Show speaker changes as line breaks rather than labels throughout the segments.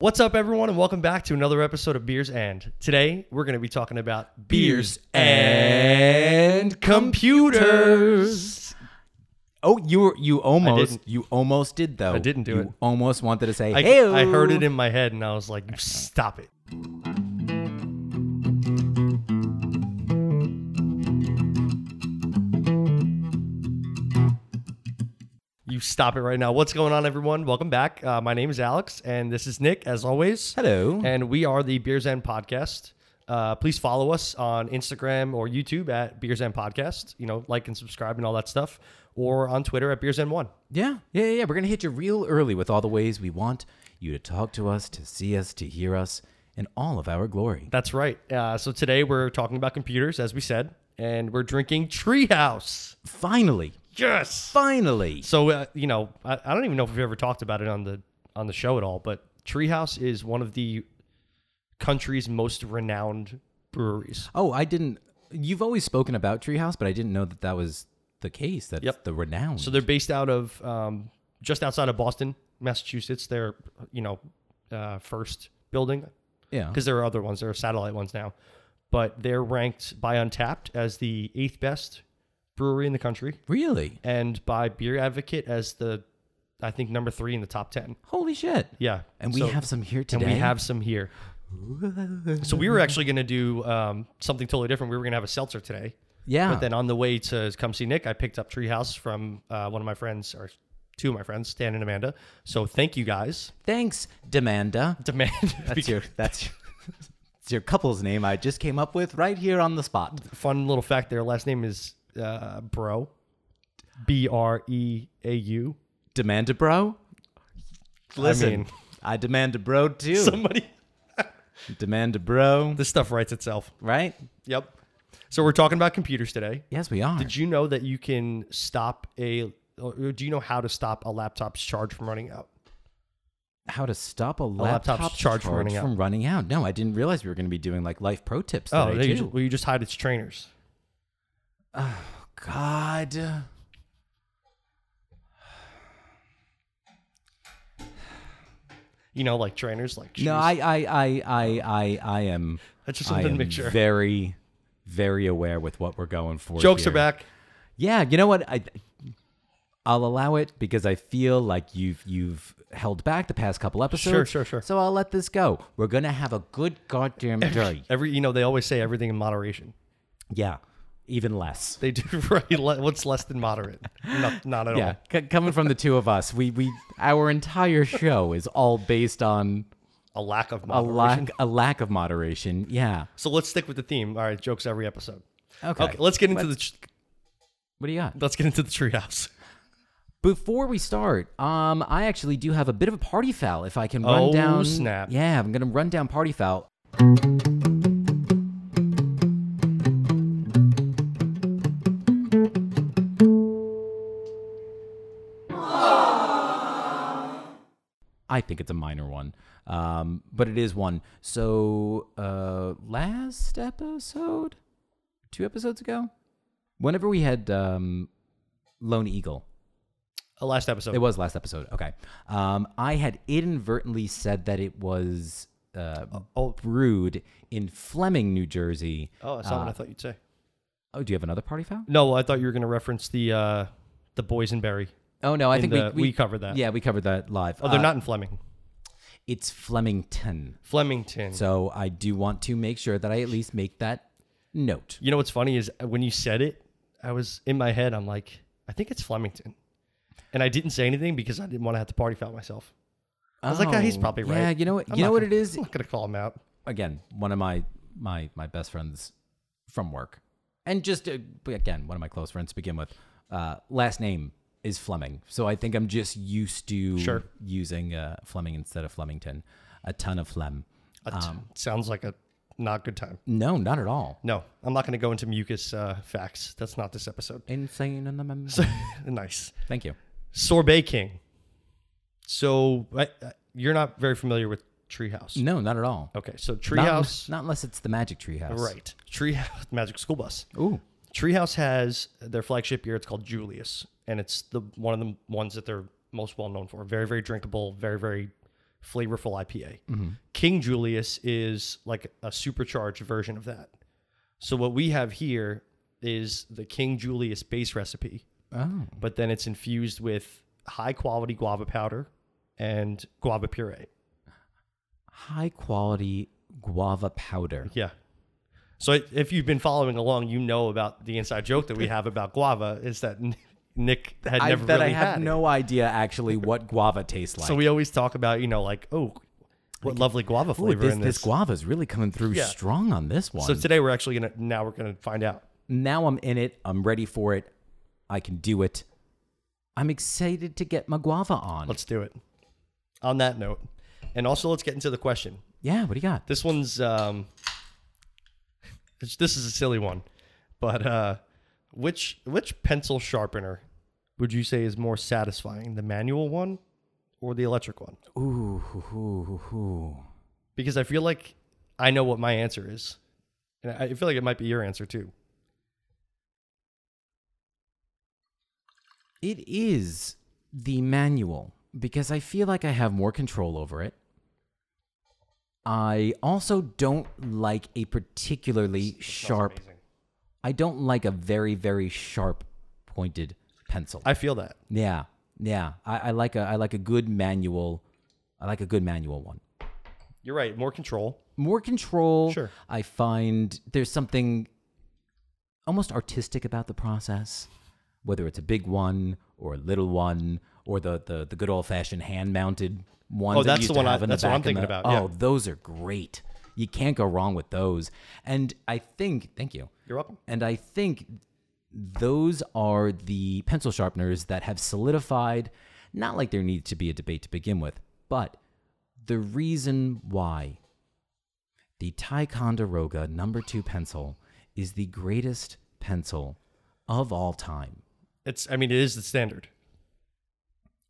What's up, everyone, and welcome back to another episode of Beers and. Today, we're going to be talking about
Beers and computers. Oh, you were you almost
didn't.
you almost did though. I
didn't do
you
it.
Almost wanted to say
I,
hey.
I heard it in my head, and I was like, stop it. You stop it right now. What's going on, everyone? Welcome back. Uh, my name is Alex, and this is Nick, as always.
Hello.
and we are the Beers End Podcast. Uh, please follow us on Instagram or YouTube at Beers End Podcast. You know, like and subscribe and all that stuff, or on Twitter at Beers End One.
yeah, yeah, yeah, yeah. We're gonna hit you real early with all the ways we want you to talk to us, to see us, to hear us, in all of our glory.
That's right. Uh, so today we're talking about computers, as we said, and we're drinking Treehouse.
Finally,
Yes.
finally.
So uh, you know, I, I don't even know if we've ever talked about it on the on the show at all, but Treehouse is one of the country's most renowned breweries.
Oh, I didn't. You've always spoken about Treehouse, but I didn't know that that was the case. That's
Yep.
the renown.
So they're based out of um, just outside of Boston, Massachusetts. Their you know uh, first building
yeah.
because there are other ones. There are satellite ones now, but they're ranked by Untapped as the eighth best brewery in the country,
Really?
and by Beer Advocate as the I think number three in the top ten.
Holy shit.
Yeah,
And we
So-
have some here
and
today.
we have some here. So we were actually going to do um, something totally different. We were going to have a seltzer today.
yeah.
But then on the way to come see Nick, I picked up Treehouse from uh, one of my friends, or two of my friends, Stan and Amanda. So thank you guys.
Thanks, Demanda.
Demand.
That's your that's your, it's your couple's name I just came up with right here on the spot.
Fun little fact their last name is uh, Bro. B R E A U.
Demand a bro. Listen, I,
mean-
demand a bro too.
Somebody.
Demand a bro,
This stuff writes itself.
right?
Yep. So we're talking about computers today.
Yes, we are.
Did you know that you can stop a, or do you know how to stop a laptop's charge from running out?
How to stop a
laptop's
laptop
charge from running out.
from running out? No, I didn't realize we were going to be doing like life pro tips
Oh,
today
there you,
too.
ju- well, you just hide its trainers.
God.
You know, like trainers, like shoes.
No, I, I, I, I, I, I am.
I just
I
wanted to
am
make sure.
very, very aware with what we're going for.
Jokes
here.
are back.
Yeah, you know what? I I'll allow it because I feel like you've you've held back the past couple episodes.
Sure, sure, sure.
So I'll let this go. We're gonna have a good goddamn day.
Every you know they always say everything in moderation.
yeah, even less.
They do right. le- What's less than moderate? Not, not at
Yeah, c- coming from the two of us, we we our entire show is all based on
all. A lack of
a
moderation.
lack a lack of moderation. Yeah.
So let's stick with the theme. All right, jokes every episode.
Okay.
Okay, let's get into the tr-
What do you got?
let's get into the treehouse.
Before we start, um, I actually do have a bit of a party foul. If I can run
Oh,
down,
snap.
Yeah, I'm gonna run down party foul. I think it's a minor one, um, but it is one. So uh, last episode, two episodes ago, whenever we had um, Lone Eagle.
Uh, last episode.
It was last episode. Okay. Um, I had inadvertently said that it was uh,
oh.
brewed in Fleming, New Jersey.
oh, that's not
Uh,
what I thought you'd say.
Oh, do you have another party foul?
No, I thought you were going to reference the uh, the boysenberry.
Oh no, I think
the-
we,
we covered that.
Yeah, we covered that live.
Oh, they're
Uh,
not in Fleming.
It's Flemington.
Flemington.
So I do want to make sure that I at least make that note.
you know what's funny is uh, when you said it, I was in my head. I'm like, I think it's Flemington, and I didn't say anything because I didn't want to have to party foul myself. I was like, "Ah, he's probably right.
Oh, Yeah, you know what?
I'm
you
not
know what
gonna-
it is.
I'm not gonna call him out.
Again, one of my my my best friends from work, and just uh, again one of my close friends to begin with. Uh, last name is Fleming, so I think I'm just used to
Sure.
using uh, Fleming instead of Flemington. A ton of phlegm.
A t- sounds like a not good time.
No, not at all.
No, I'm not gonna go into mucus uh, facts. That's not this episode.
Insane in the mem-
nice
Thank you.
sorbet king. So I, I- you're not very familiar with Treehouse.
No, not at all.
Okay, so
Not-
Treehouse,
Not, unless it's the Magic Tree House.
right? Treehouse Magic School Bus.
Ooh.
Treehouse has their flagship beer. It's called Julius, and it's the one of the ones that they're most well known for. Very, very drinkable, very, very flavorful IPA. King Julius is like a supercharged version of that. So what we have here is the King Julius base recipe,
Oh,
but then it's infused with high quality guava powder and guava puree.
high quality guava powder.
Yeah. So i- if you've been following along, you know about the inside joke that we have about guava is that N- Nick had
I
never
bet
really
I have
had it.
no idea actually what guava tastes like.
So we always talk about you know like oh, what lovely guava
Ooh,
flavor
this,
in
this
this.
guava is really coming through
Yeah.
strong on this one.
so today we're actually gonna now we're gonna find out.
now I'm in it. I'm ready for it. I can do it. I'm excited to get my guava on.
Let's do it. On that note, and also let's get into the question.
yeah, what do you got?
This one's um, this this is a silly one, but uh, which which pencil sharpener would you say is more satisfying, the manual one or the electric one?
Ooh, hoo, hoo, hoo, hoo.
Because I feel like I know what my answer is, and I I feel like it might be your answer too.
It is the manual because I feel like I have more control over it. I also don't like a particularly sharp. I don't like a very very sharp pointed pencil.
I feel that.
yeah, yeah. I, I like a I like a good manual. I like a good manual one.
You're right. More control.
more control.
Sure.
I find there's something almost artistic about the process, whether it's a big one or a little one or the the, the good old fashioned hand mounted ones.
Oh,
that you
that's
used
the
to
one I-
have in
that's what I'm
back in
thinking
the-
about,
Oh,
yeah.
those are great. You can't go wrong with those. And I think, thank you.
You're welcome.
And I think those are the pencil sharpeners that have solidified, not like there needs to be a debate to begin with, but the reason why the Ticonderoga number two pencil is the greatest pencil of all time.
It's. I mean, it is the standard.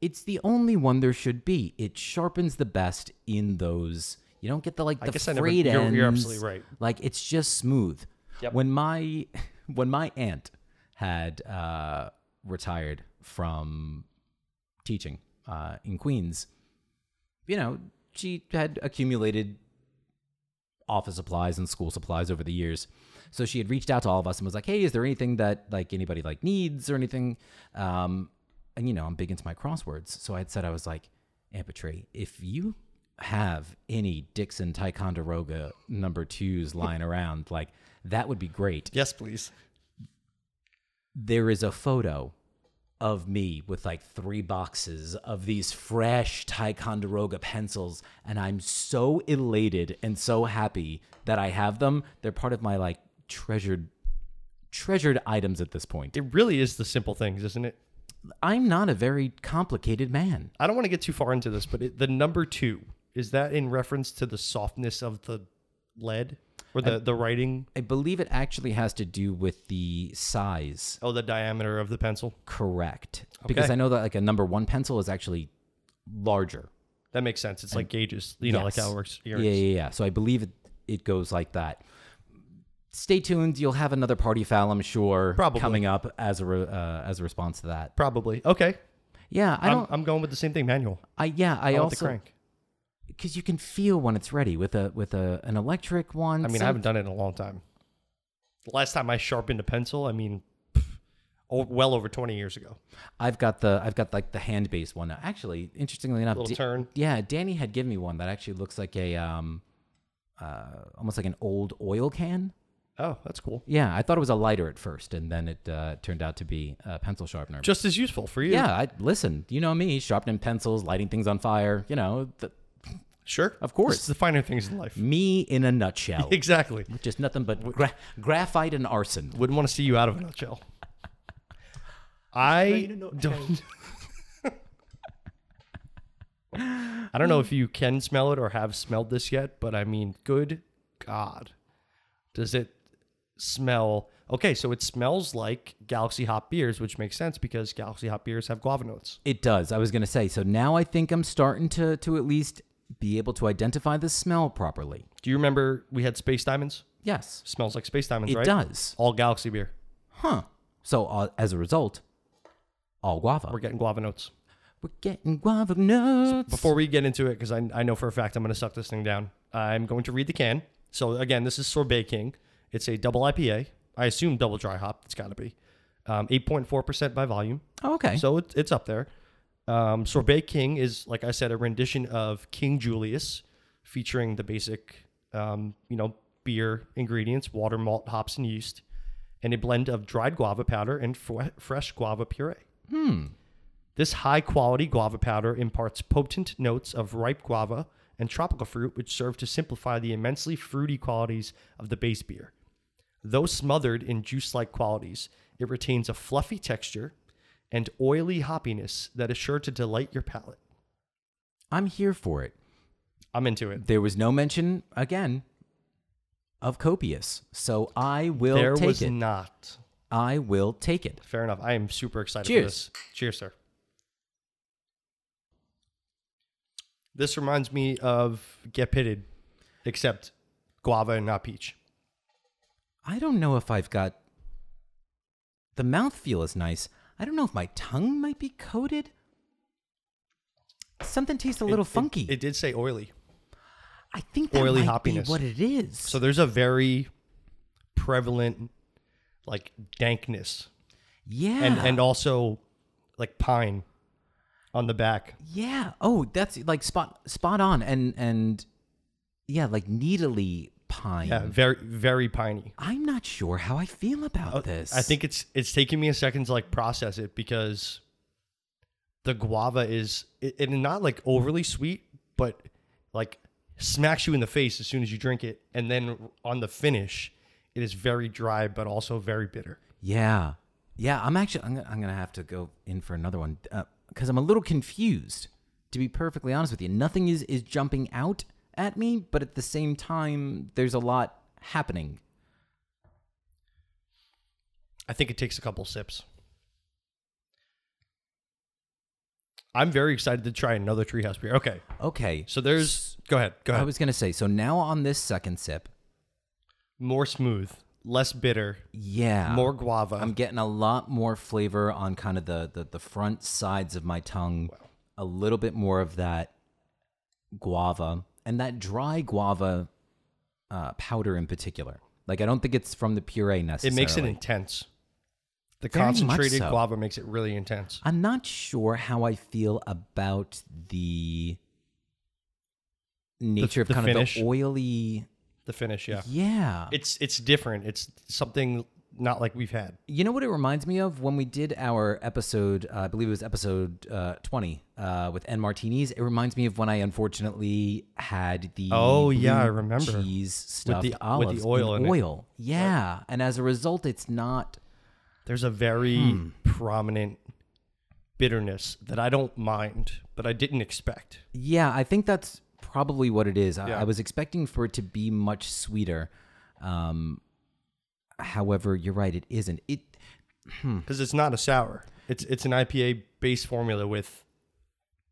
It's the only one there should be. It sharpens the best in those. You don't get the like
I
the
guess I never-
frayed
you're-
ends.
you're absolutely right.
Like it's just smooth.
Yep.
When my when my aunt had uh, retired from teaching uh, in Queens, you know, she had accumulated office supplies and school supplies over the years. So she had reached out to all of us and was like, "Hey, is there anything that like anybody like needs or anything?" Um, and you know, I'm big into my crosswords, so I had said I was like, "Aunt Petrie, if you have any Dixon Ticonderoga number twos lying around, like that would be great."
Yes, please.
there is a photo of me with like three boxes of these fresh Ticonderoga pencils, and I'm so elated and so happy that I have them. They're part of my like treasured treasured items at this point.
It really is the simple things, isn't it?
I'm not a very complicated man.
I don't want to get too far into this, but it, the number two is that in reference to the softness of the lead or the, the writing?
I believe it actually has to do with the size
Oh, the diameter of the pencil.
correct. Because
Okay.
I know that like a number one pencil is actually larger.
That makes sense. It's like gauges, you know, like
Yes.
how it works.
Yeah, yeah, yeah. So I believe it, it goes like that. Stay tuned. You'll have another party foul, I'm sure,
Probably.
coming up as a re- uh, as a response to that.
Probably. Okay.
Yeah, I
I'm,
don't.
I'm going with the same thing, manual.
I yeah, I
I want the
also
crank.
because you can feel when it's ready with a with a an electric one.
I mean, I
some-
haven't done it in a long time. The last time I sharpened a pencil, I mean, pff, oh, well over 20 years ago.
I've got the I've got like the hand based one now. Actually, interestingly enough,
Little
Da-
turn.
yeah, Danny had given me one that actually looks like a um, uh, almost like an old oil can.
Oh, that's cool.
Yeah, I thought it was a lighter at first, and then it uh, turned out to be a pencil sharpener.
Just as useful for you.
Yeah, I listen. You know me, sharpening pencils, lighting things on fire. You know, the,
Sure.
Of course.
It's the finer things in life.
me in a nutshell.
Exactly.
Just nothing but gra- graphite and arson.
Wouldn't want to see you out of a nutshell. I don't. I don't know if you can smell it or have smelled this yet, but I mean, good God, does it smell? Okay, so it smells like Galaxy Hop beers, which makes sense because Galaxy Hop beers have guava notes.
It does. I was gonna say. So now I think I'm starting to to at least be able to identify the smell properly.
Do you remember we had Space Diamonds?
Yes,
Smells like Space Diamonds,
it
right?
does.
All Galaxy beer.
Huh. So uh, as a result, all guava.
We're getting guava notes.
We're getting guava nuts.
Before we get into it, because I, I know for a fact I'm going to suck this thing down, I'm going to read the can. So, again, this is Sorbet King. It's a double IPA. I assume double dry hop. It's got to be. Um, 8.4% by volume.
oh, okay.
So it, it's up there. Um, Sorbet King is, like I said, a rendition of King Julius, featuring the basic, um, you know, beer ingredients: water, malt, hops, and yeast, and a blend of dried guava powder and fre- fresh guava puree. Hmm. This high-quality guava powder imparts potent notes of ripe guava and tropical fruit, which serve to simplify the immensely fruity qualities of the base beer. Though smothered in juice like qualities, it retains a fluffy texture and oily hoppiness that is sure to delight your palate.
I'm here for it.
I'm into it.
There was no mention again of copious, so I will
there
take
was
it.
not.
I will take it.
Fair enough. I am super excited for
Cheers.
this. Cheers, sir. This reminds me of Get Pitted, except guava and not peach.
I don't know if I've got the mouthfeel is nice. I don't know if my tongue might be coated. Something tastes a
It-
little
it-
funky.
It, did say oily.
I think that
oily
might
hoppiness.
be what it is.
So there's a very prevalent, like, dankness
yeah.
and, and also, like, pine on the back.
Yeah. Oh, that's like spot spot on and and yeah, like needly pine.
Yeah, very, very piney.
I'm not sure how I feel about
Uh,
this.
I think it's it's taking me a second to like process it because the guava is it, it not like overly sweet, but like smacks you in the face as soon as you drink it, and then on the finish, it is very dry but also very bitter.
Yeah. Yeah, I'm actually I'm, gonna- I'm going to have to go in for another one uh, cuz I'm a little confused to be perfectly honest with you. Nothing is is jumping out at me, but at the same time there's a lot happening.
I think it takes a couple sips. I'm very excited to try another treehouse beer. Okay,
Okay.
so uh, there's go ahead, go
I
ahead.
was going to say so now on this second sip.
more smooth, less bitter,
Yeah.
more guava.
I'm getting a lot more flavor on kind of the the, the front sides of my tongue, a little bit more of that guava and that dry guava uh, powder in particular. Like I don't think it's from the puree
it
necessarily.
makes it intense. The
Very much
concentrated
so.
guava makes it really intense.
I'm not sure how I feel about the nature
the
of kind
finish?
of the oily.
The finish, yeah.
Yeah.
It's it's different. It's something not like we've had.
You know what it reminds me of when we did our episode, uh, I believe it was episode uh, 20 uh, with N martinis. It reminds me of when I unfortunately had the
Oh,
blue
yeah, I remember.
cheese
With
stuffed
the- with the
olives in
oil in it.
oil. Yeah, and as a result, it's not.
There's a very
Hmm.
prominent bitterness that I don't mind, but I didn't expect.
Yeah, I think that's probably what it is. I,
Yeah.
I was expecting for it to be much sweeter. Um, however, you're right, it isn't. It Hmm.
Because it's not a sour. It's it's an IPA base formula with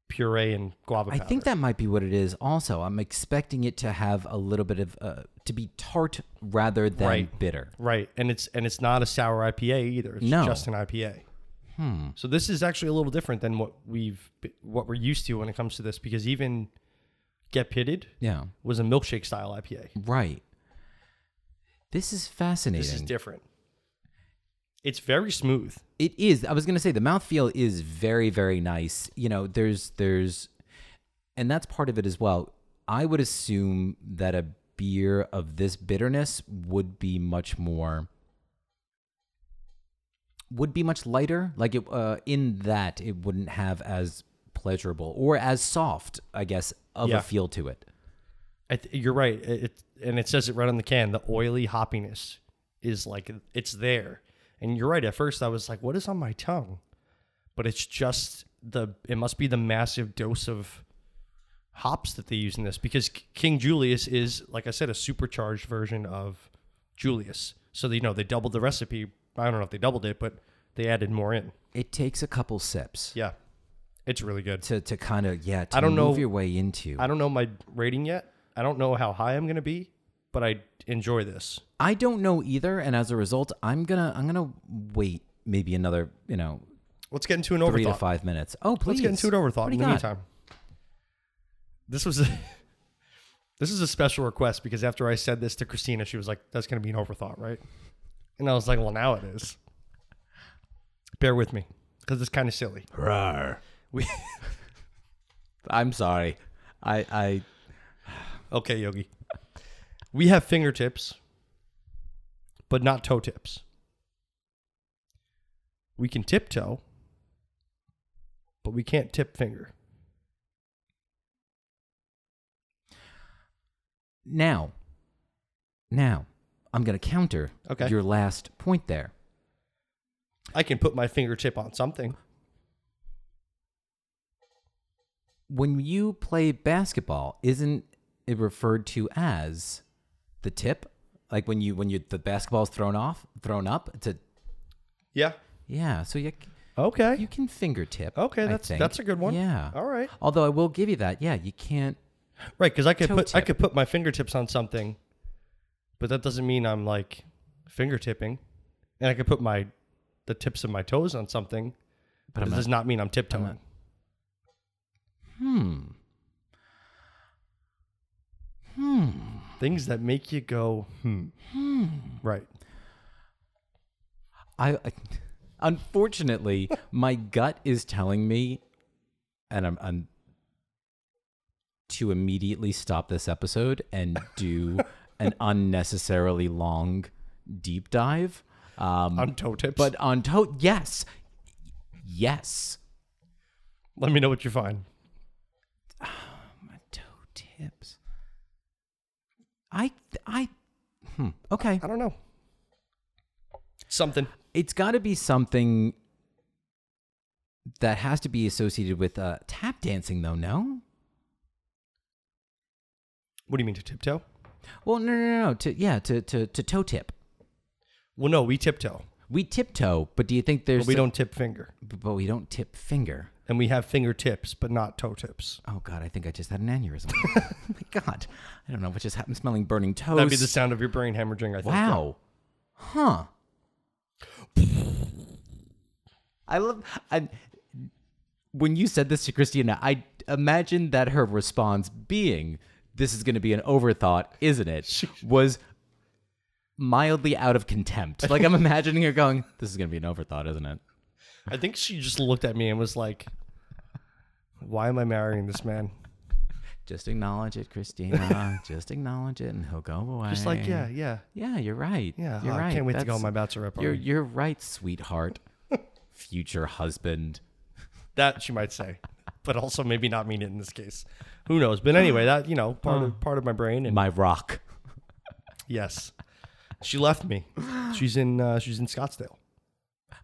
puree and guava
I
powder.
think that might be what it is. Also, I'm expecting it to have a little bit of uh, to be tart rather than
Right.
bitter.
Right. And it's and it's not a sour IPA either. It's
No.
just an IPA. Hmm. So this is actually a little different than what we've what we're used to when it comes to this because even Get Pitted
Yeah,
was a milkshake style IPA.
right. This is fascinating.
This is different. It's very smooth.
it is. I was gonna say the mouthfeel is very very nice. You know, there's there's, and that's part of it as well. I would assume that a beer of this bitterness would be much more would be much lighter. Like it, uh, in that it wouldn't have as pleasurable or as soft, I guess, of
Yeah.
a feel to it.
I th- you're right. It, it and it says it right on the can. The oily hoppiness is like it's there. And you're right. At first, I was like, "What is on my tongue?" But it's just the. It must be the massive dose of hops that they use in this because K- King Julius is, like I said, a supercharged version of Julius. So they, you know they doubled the recipe. I don't know if they doubled it, but they added more in.
It takes a couple sips
Yeah, it's really good.
to to kind of yeah. To
I don't
move
know-
your way into.
I don't know my rating yet. I don't know how high I'm gonna be, but I enjoy this.
I don't know either, and as a result, I'm gonna I'm gonna wait maybe another you know
Let's get into an
three to
overthought.
five minutes. Oh, please.
Let's get into an
What
overthought
do
in
you
the
got?
meantime. This was a, this is a special request because after I said this to Christina, she was like, "That's going to be an overthought, right?" And I was like, "Well, now it is." Bear with me because it's kind of silly.
Rawr.
We
I'm sorry. I I
okay, Yogi. We have fingertips, but not toe tips. We can tiptoe, but we can't tip finger.
now now I'm gonna counter
Okay.
your last point there.
I can put my fingertip on something.
When you play basketball, isn't it referred to as the tip? Like when you when you the basketball's thrown off, thrown up to
Yeah.
yeah. So you
Okay.
you can fingertip.
Okay,
I
that's
think.
that's a good one.
Yeah.
All right.
Although I will give you that. Yeah, you can't.
Right, because I could
Toe
put I
tip.
could put my fingertips on something, but that doesn't mean I'm like fingertipping, and I could put my the tips of my toes on something,
But
but
I'm
it
not,
does not mean I'm tiptoeing.
not- hmm. Hmm.
Things that make you go hmm. Right.
I, I unfortunately, my gut is telling me, and I'm, I'm to immediately stop this episode and do an unnecessarily long deep dive. Um,
On toe tips.
but on toe, yes, yes,
let me know what you find.
my toe tips. I, I, hmm, okay.
I don't know. Something.
it's got to be something that has to be associated with uh, tap dancing, though. No,
What do you mean to tiptoe?
well, no, no, no, no. To yeah, to to to toe tip.
Well, no, we tiptoe,
We tiptoe, but do you think there's
but we don't tip finger,
b- But we don't tip finger.
and we have fingertips, but not toe tips.
Oh God, I think I just had an aneurysm. oh my God, I don't know what just happened. Smelling burning toes.
That'd be the sound of your brain hemorrhaging. I think. yeah.
Wow. Huh. I love I when you said this to Christina, I imagined that her response being this is going to be an overthought, isn't it? Was mildly out of contempt. Like I'm imagining her going, this is going to be an overthought, isn't it?
I think she just looked at me and was like, "Why am I marrying this man?"
Just acknowledge it, Christina. Just acknowledge it and he'll go away.
Just like, yeah, yeah,
Yeah, you're right.
yeah.
You're
Oh,
right.
I can't wait to go
That's-
on my bachelorette
You're
party.
you're right, sweetheart. Future husband.
That she might say, but also maybe not mean it in this case. Who knows? But anyway, that you know, part of part of my brain and
My rock.
yes, she left me. She's in uh, she's in Scottsdale.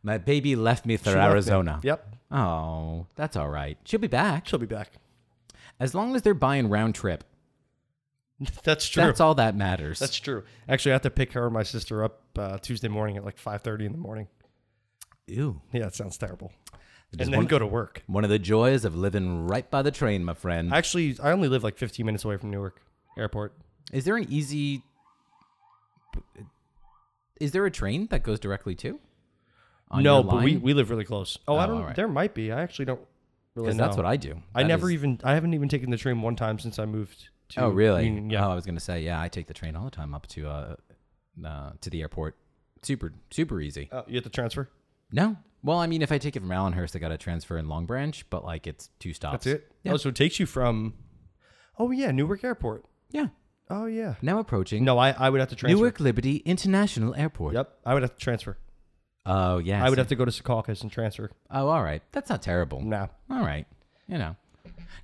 My baby left me for
She left me.
Arizona.
Yep,
Oh, that's all right. She'll be back.
she'll be back.
As long as they're buying round trip.
That's true.
That's all that matters.
That's true. Actually, I have to pick her and my sister up uh, Tuesday morning at like five thirty in the morning.
Ew.
Yeah, that sounds terrible.
is
And then
one-
go to work.
One of the joys of living right by the train, my friend.
Actually, I only live like fifteen minutes away from Newark Airport.
Is there an easy Is there a train that goes directly to? On
no,
your
but we,
line?
we live really close. Oh, I
Oh,
don't.
alright.
There might be. I actually don't really
'Cause
know.
that's what I do.
I
That
never
is-
even. I haven't even taken the train one time since I moved. to
Oh, really?
Union. Yeah.
Oh, I was gonna say, yeah, I take the train all the time up to uh, uh to the airport. Super, super easy.
Oh, you have to transfer.
No, well, I mean, if I take it from Allenhurst, I got to transfer in Long Branch, but like it's two
That's
stops.
it.
Yeah,
Oh, so it takes you from. Oh yeah, Newark Airport.
yeah.
Oh yeah.
Now approaching
No, I, I would have to transfer.
Newark Liberty International Airport.
Yep, I would have to transfer.
Oh yeah.
I would have to go to Secaucus and transfer.
Oh, all right. That's not terrible.
Nah.
All right. You know.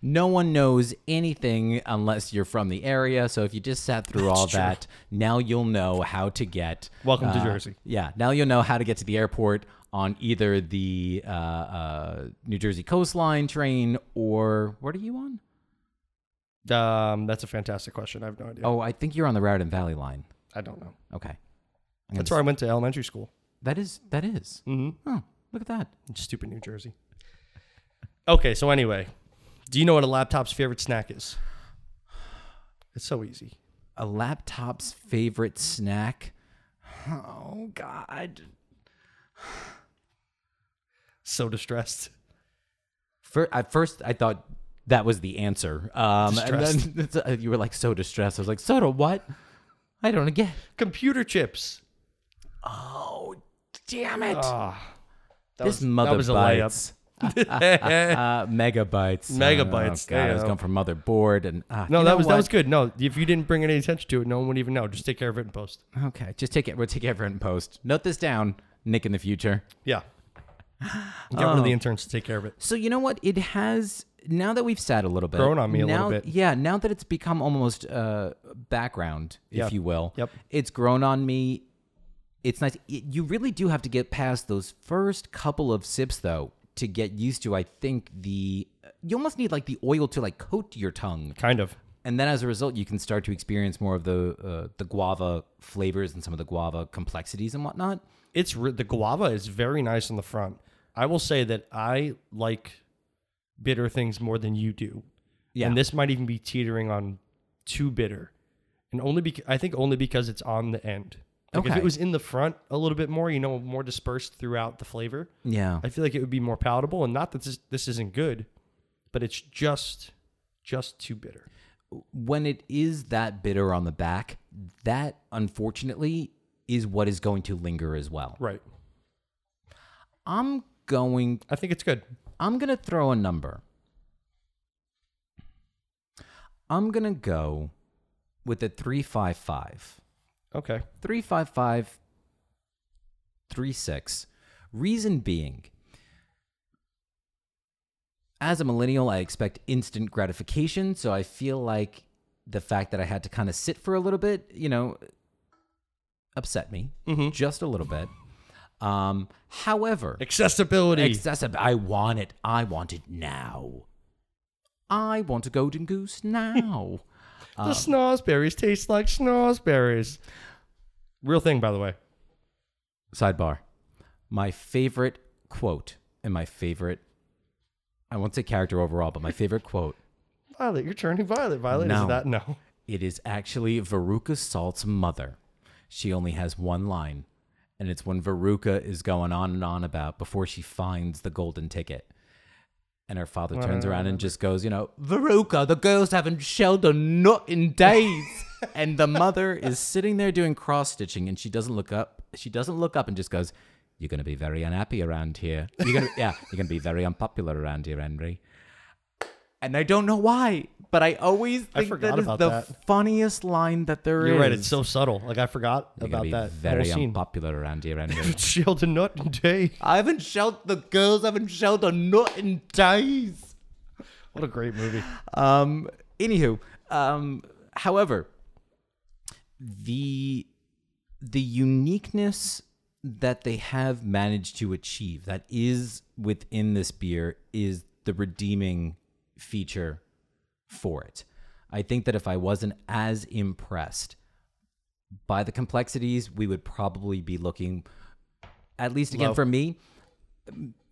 No one knows anything unless you're from the area. So if you just sat through all
true.
that, now you'll know how to get.
Welcome to
uh,
Jersey.
Yeah. Now you'll know how to get to the airport on either the uh, uh, New Jersey coastline train or what are you on?
Um, that's a fantastic question. I have no idea.
Oh, I think you're on the Raritan Valley line.
I don't know.
Okay. I'm
That's
gonna
where I went to elementary school.
s- That is. That is.
Mhm.
Oh, look at that.
Stupid New Jersey. Okay, so anyway, do you know what a laptop's favorite snack is? It's so easy.
A laptop's favorite snack. Oh God.
so distressed.
Fir at first, I thought that was the answer. Um, and
Distressed.
then it's, uh, you were like so distressed. I was like, soda what? I don't get.
Computer chips.
Oh, damn it!
Ah, that
this
was-
mother
that was a
bites.
layup.
Uh, megabytes.
Megabytes,
Oh, God,
there you
I was
go.
going for motherboard and ah,
no,
you
that
know
was that
what?
was good. No, if you didn't bring any attention to it, no one would even know. Just take care of it in post.
Okay, just take it. We'll take everyone post. Note this down, Nick, in the future.
Yeah. Get rid
Oh.
of the interns to take care of it.
So you know what? It has now that we've sat a little bit,
Grown on me a little
now-
bit.
Yeah, now that it's become almost uh, background,
Yeah.
if you will.
Yep.
It's grown on me. It's nice. It- you really do have to get past those first couple of sips, though, to get used to. I think the you almost need like the oil to like coat your tongue,
Kind of.
and then as a result, you can start to experience more of the uh, the guava flavors and some of the guava complexities and whatnot.
It's re- the guava is very nice on the front. I will say that I like bitter things more than you do.
Yeah.
And this might even be teetering on too bitter. And only because I think only because it's on the end. Like if
Okay.
it was in the front a little bit more, you know, more dispersed throughout the flavor,
Yeah.
I feel like it would be more palatable. And not that this, this isn't good, but it's just just too bitter.
when it is that bitter on the back, that unfortunately is what is going to linger as well.
Right.
I'm going
I think it's good.
I'm going to throw a number. I'm going to go with a 355.
Okay.
355 36. Reason being, as a millennial, I expect instant gratification. So I feel like the fact that I had to kind of sit for a little bit, you know, upset me
Mhm.
just a little bit. Um, however,
Accessibility.
excessive. I want it. I want it now. I want a golden goose now. Um,
the snozzberries taste like snozzberries. Real thing, by the way.
Sidebar. My favorite quote and my favorite, I won't say character overall, but my favorite quote.
Violet, you're turning violet. Violet
No.
is that no.
It is actually Veruca Salt's mother. She only has one line, and it's when Veruca is going on and on about before she finds the golden ticket. And her father turns around and just goes, you know, Veruca, the girls haven't shelled a nut in days. and the mother is sitting there doing cross stitching, and she doesn't look up. She doesn't look up and just goes, "You're gonna be very unhappy around here. You're gonna, yeah, you're gonna be very unpopular around here, Henry." And I don't know why, but I always
I
think
forgot
that is
about
the
that.
funniest line that there is.
You're right. It's so subtle. Like I forgot
You're gonna
about
be
that
Very
whole scene.
unpopular around here, Henry.
Shield and nut and day.
I haven't shelled the girls. haven't shelled a nut in days.
What a great movie.
Um. Anywho. Um. However, the the uniqueness that they have managed to achieve that is within this beer is the redeeming feature for it. I think that if I wasn't as impressed by the complexities, we would probably be looking, at least again
Low.
for me,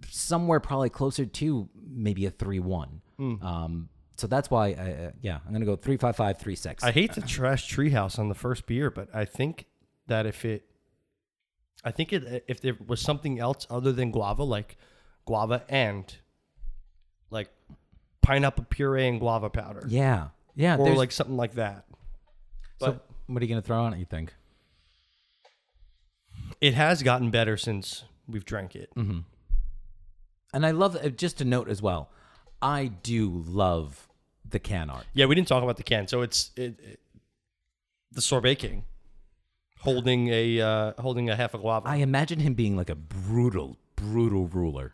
somewhere probably closer to maybe a 3 1.
Hmm.
Um, so that's why, I, uh, yeah, I'm going to go three five five three six.
I hate to trash Treehouse on the first beer, but I think that if it, I think it if there was something else other than guava, like guava and like pineapple puree and guava powder,
yeah. Yeah.
or
there's-
like something like that.
So
But
what are you gonna throw on it? You think?
it has gotten better since we've drank it.
Mm-hmm. And I love uh, just to note as well. I do love the can art.
Yeah, we didn't talk about the can. So it's it, it- the sorbet king holding a uh, holding a half a guava.
I imagine him being like a brutal, brutal ruler.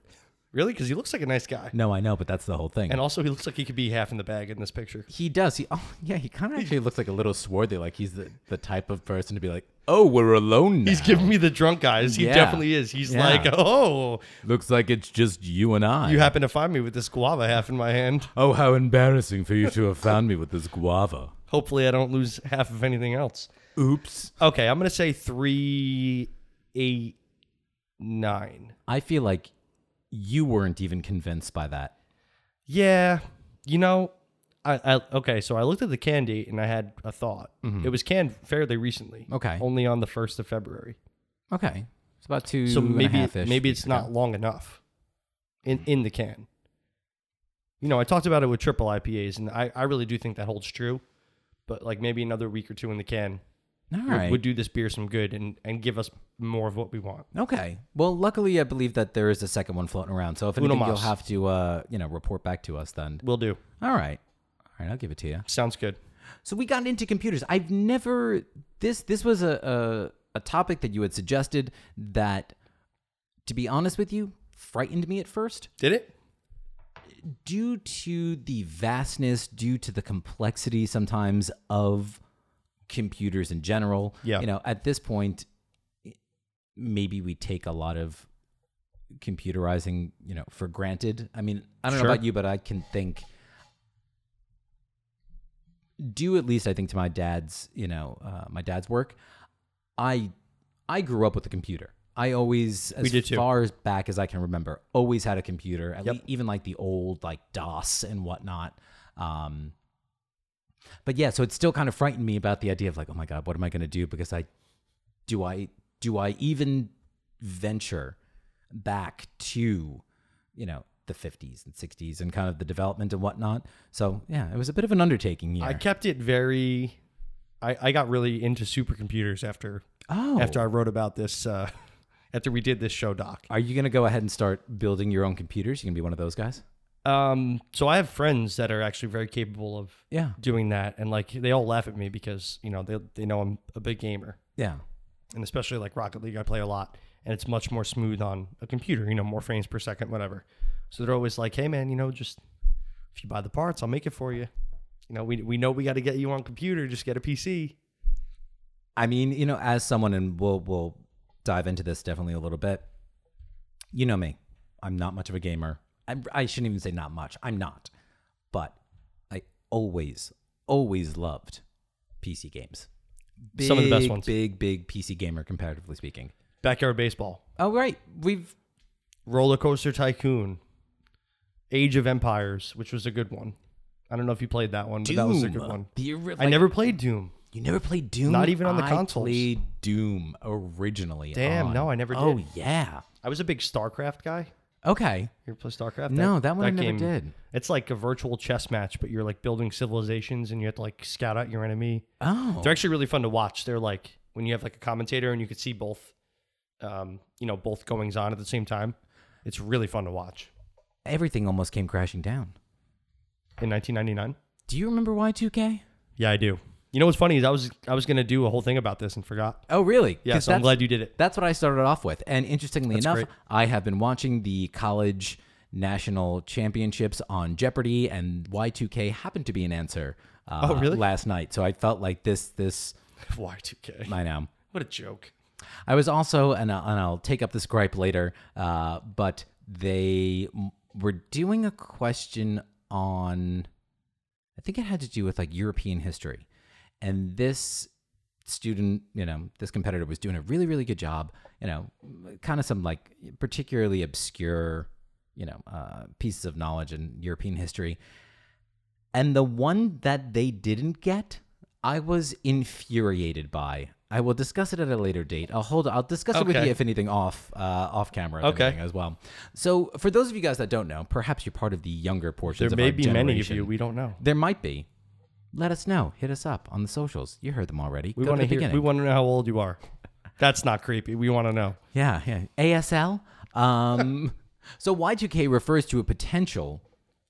really? Because he looks like a nice guy,
No, I know, but that's the whole thing.
and also he looks like he could be half in the bag in this picture.
he does. He oh yeah, he kind of actually looks like a little swarthy. Like he's the, the type of person to be like, oh, we're alone now.
He's giving me the drunk eyes. He
Yeah.
definitely is. He's
Yeah.
like, oh,
Looks like it's just you and I.
you happen to find me with this guava half in my hand.
oh, how embarrassing for you to have found me with this guava.
Hopefully, I don't lose half of anything else.
Oops.
Okay, I'm gonna say three, eight, nine.
I feel like you weren't even convinced by that.
Yeah, you know, I, I okay. So I looked at the can date and I had a thought. It was canned fairly recently.
Mm-hmm. Okay.
only on the first of February.
Okay. It's about two
So
and a
maybe
half-ish
maybe
weeks
it's
ago.
not long enough. in, in the can. You know, I talked about it with triple IPAs, and I, I really do think that holds true. But like maybe another week or two in the can
All
would,
right.
would do this beer some good and, and give us more of what we want.
Okay. Well, luckily, I believe that there is a second one floating around. So if
Uno
anything, you'll
mas.
have to, uh, you know, report back to us then.
Will do.
All right. All right. I'll give it to you.
Sounds good.
So we got into computers. I've never this this was a a, a topic that you had suggested that, to be honest with you, frightened me at first
Did it?
due to the vastness, due to the complexity sometimes of computers in general.
Yeah.
You know, at this point, maybe we take a lot of computerizing, you know, for granted. I mean, I don't
Sure.
know about you, but I can think due at least I think to my dad's, you know, uh, my dad's work. I I grew up with a computer. I always, as
did too.
far as back as I can remember, always had a computer. At
Yep.
lea- even like the old like DOS and whatnot. Um, but yeah, so it still kind of frightened me about the idea of like, oh my god, what am I going to do? Because I do I do I even venture back to you know the 50s and 60s and kind of the development and whatnot. So yeah, it was a bit of an undertaking here.
I kept it very. I, I got really into supercomputers after
oh,
after I wrote about this uh, after we did this show doc.
are you going to go ahead and start building your own computers? You going to be one of those guys?
Um, so I have friends that are actually very capable of
Yeah,
doing that, and like they all laugh at me because you know they they know I'm a big gamer,
yeah,
and especially like Rocket League, I play a lot, and it's much more smooth on a computer. You know, more frames per second, whatever. So they're always like, "Hey, man, you know, just if you buy the parts, I'll make it for you." You know, we we know we got to get you on computer. Just get a PC.
I mean, you know, as someone, and we'll we'll dive into this definitely a little bit. You know me, I'm not much of a gamer. I, I shouldn't even say not much. I'm not, but I always, always loved PC games. Big,
Some of the best ones.
Big, big PC gamer, comparatively speaking.
Backyard baseball,
Oh right, we've
roller coaster tycoon, Age of Empires, which was a good one. I don't know if you played that one, but that was a good
Doom.
one.
The ori-
I
like,
never played Doom.
You never played Doom.
Not even on the
I
consoles.
Played Doom originally.
Damn,
on-
no, I never did.
Oh yeah.
I was a big StarCraft guy.
Okay.
You ever play StarCraft?
No, that one I never did.
It's like a virtual chess match, but you're like building civilizations and you have to like scout out your enemy.
Oh.
They're actually really fun to watch. They're like when you have like a commentator and you could see both, um, you know, both goings on at the same time. It's really fun to watch.
Everything almost came crashing down.
In 1999.
Do you remember Y2K?
Yeah, I do. You know what's funny is I was I was gonna do a whole thing about this and forgot.
Oh, really?
Yeah,
'Cause
so I'm
that's-
glad you did it.
That's what I started off with. And interestingly enough,
great.
I have been watching the college national championships on Jeopardy, and Y2K happened to be an answer uh,
Oh, really?
last night. So I felt like this, this,
Y2K.
I know.
What a joke.
I was also, and, I'll- and I'll take up this gripe later, uh, but they m- were doing a question on, I think it had to do with like European history. And this student, you know, this competitor was doing a really, really good job, you know, kind of some like particularly obscure, you know, uh, pieces of knowledge in European history. And the one that they didn't get, I was infuriated by. I will discuss it at a later date. I'll hold. I'll discuss it with
Okay.
you if anything off uh, off camera. if
Okay.
anything, as well. So for those of you guys that don't know, perhaps you're part of the younger portions.
There
of
may
our
be many of
generation.
you. We don't know.
There might be. Let us know. Hit us up on the socials. You heard them already.
We
Go
want
to
to
the
hear.
beginning.
We want to know how old you are. That's not creepy. We want to know.
Yeah, yeah. ASL. Um, so Y2K refers to a potential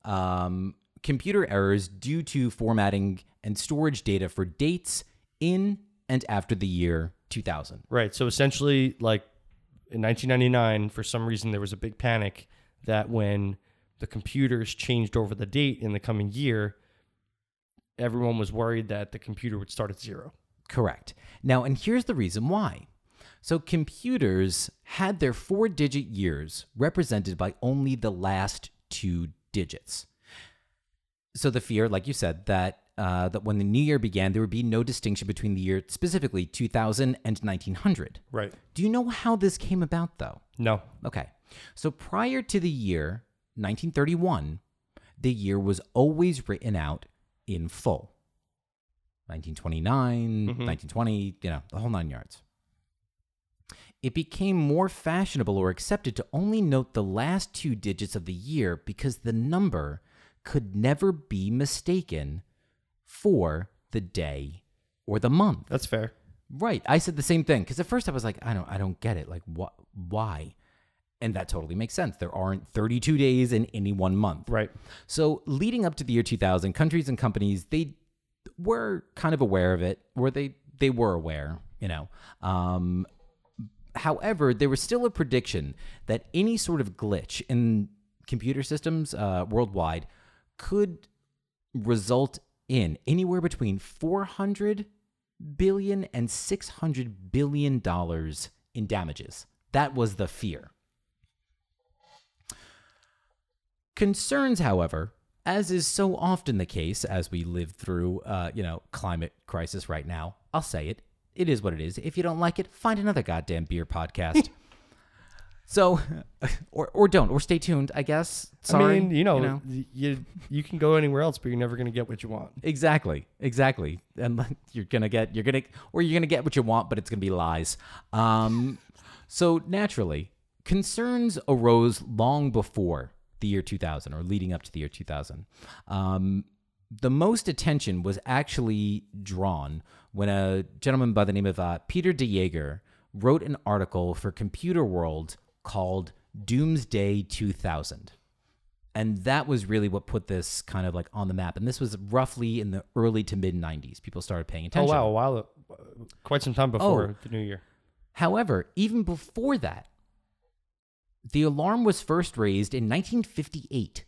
um, computer errors due to formatting and storage data for dates in and after the year 2000.
Right. So essentially, like in 1999, for some reason, there was a big panic that when the computers changed over the date in the coming year, everyone was worried that the computer would start at zero.
Correct. Now, and here's the reason why. So, computers had their four digit years represented by only the last two digits. So, the fear, like you said, that uh, that when the new year began, there would be no distinction between the year specifically 2000 and 1900.
Right.
Do you know how this came about, though?
No.
Okay. So prior to the year 1931, the year was always written out in full 1929, 1920, you know, the whole nine yards. It became more fashionable or accepted to only note the last two digits of the year because the number could never be mistaken for the day or the month.
That's fair.
Right. I said the same thing because at first I was like, I don't, I don't get it. Like, what? Why? And that totally makes sense. There aren't 32 days in any one month.
Right.
So, leading up to the year 2000, countries and companies they were kind of aware of it, or they they were aware, you know. Um, however, there was still a prediction that any sort of glitch in computer systems uh, worldwide could result in anywhere between 400 billion and 600 billion dollars in damages. That was the fear. Concerns, however, as is so often the case as we live through, uh, you know, climate crisis right now, I'll say it. It is what it is. If you don't like it, find another goddamn beer podcast. so, or, or don't, or stay tuned, I guess. Sorry.
I mean, you know, y- you you can go anywhere else, but you're never gonna get what you want. Oh,
Exactly, exactly. And like, you're gonna get, you're gonna, or you're gonna get what you want, but it's gonna be lies. Um, so naturally, concerns arose long before the year 2000 or leading up to the year 2000. Um, the most attention was actually drawn when a gentleman by the name of uh, Peter DeJager wrote an article for Computer World called "Doomsday 2000." and that was really what put this kind of like on the map. And this was roughly in the early to mid '90s. People started paying
Oh
attention.
wow, a while, quite some time before the new year.
However, even before that, the alarm was first raised in 1958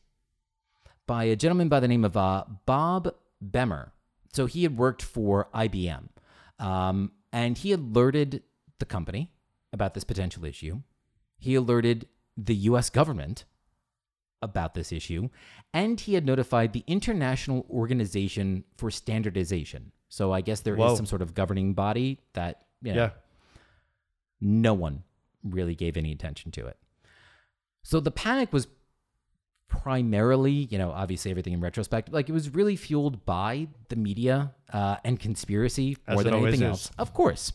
by a gentleman by the name of uh, Bob Bemer. So he had worked for IBM, um, and he alerted the company about this potential issue. He alerted the U.S. government about this issue, and he had notified the International Organization for Standardization. So I guess there is
Whoa.
some sort of governing body that you know,
yeah.
no one really gave any attention to it. So the panic was primarily, you know, obviously everything in retrospect, like it was really fueled by the media uh, and conspiracy
As
more
it
than
always
anything
is.
else. Of course.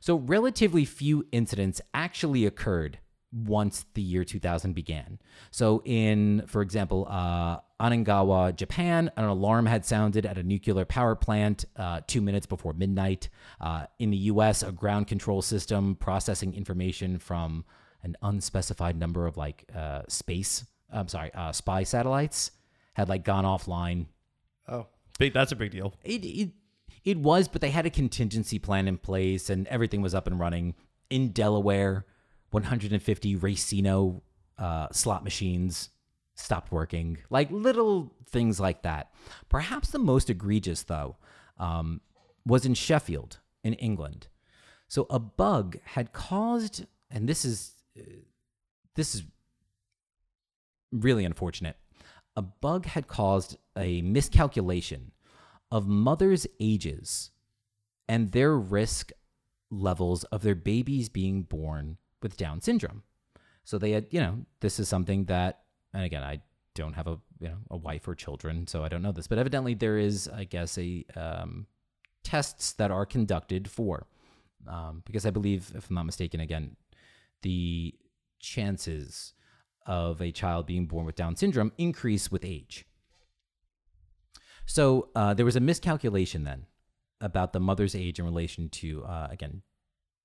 So relatively few incidents actually occurred once the year 2000 began. So in, for example, uh, Anangawa, Japan, an alarm had sounded at a nuclear power plant uh, two minutes before midnight. Uh, in the U.S., a ground control system processing information from an unspecified number of like uh, space, I'm sorry, uh, spy satellites had like gone offline
Oh, big. That's a big deal.
it, it it was, but they had a contingency plan in place and everything was up and running in Delaware. 150 Racino uh, slot machines stopped working, like little things like that. Perhaps the most egregious, though, um, was in Sheffield, in England. So a bug had caused, and this is uh, this is really unfortunate. A bug had caused a miscalculation of mothers' ages and their risk levels of their babies being born with Down syndrome. So they had, you know, this is something that, and again, I don't have a you know a wife or children, so I don't know this, but evidently there is, I guess, a um, tests that are conducted for, um, because I believe, if I'm not mistaken, again, the chances of a child being born with Down syndrome increase with age. So uh, there was a miscalculation then about the mother's age in relation to, uh, again,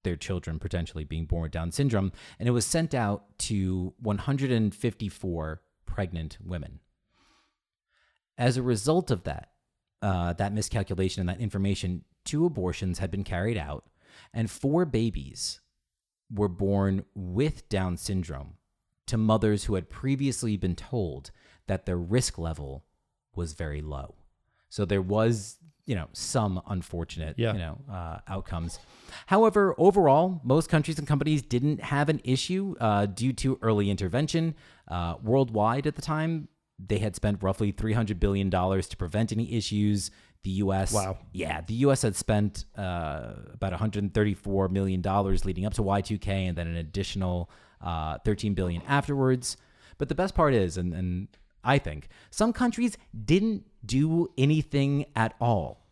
their children potentially being born with Down syndrome. And it was sent out to 154 pregnant women. As a result of that, uh, that miscalculation and that information, two abortions had been carried out, and four babies were born with Down syndrome to mothers who had previously been told that their risk level was very low. So there was, you know, some unfortunate,
Yeah.
you know, uh, outcomes. However, overall, most countries and companies didn't have an issue uh, due to early intervention. Uh, worldwide at the time, they had spent roughly $300 billion to prevent any issues. The U.S.
Wow.
Yeah, the U.S. had spent uh, about 134 million dollars leading up to Y2K, and then an additional uh, 13 billion afterwards. But the best part is, and, and I think some countries didn't do anything at all.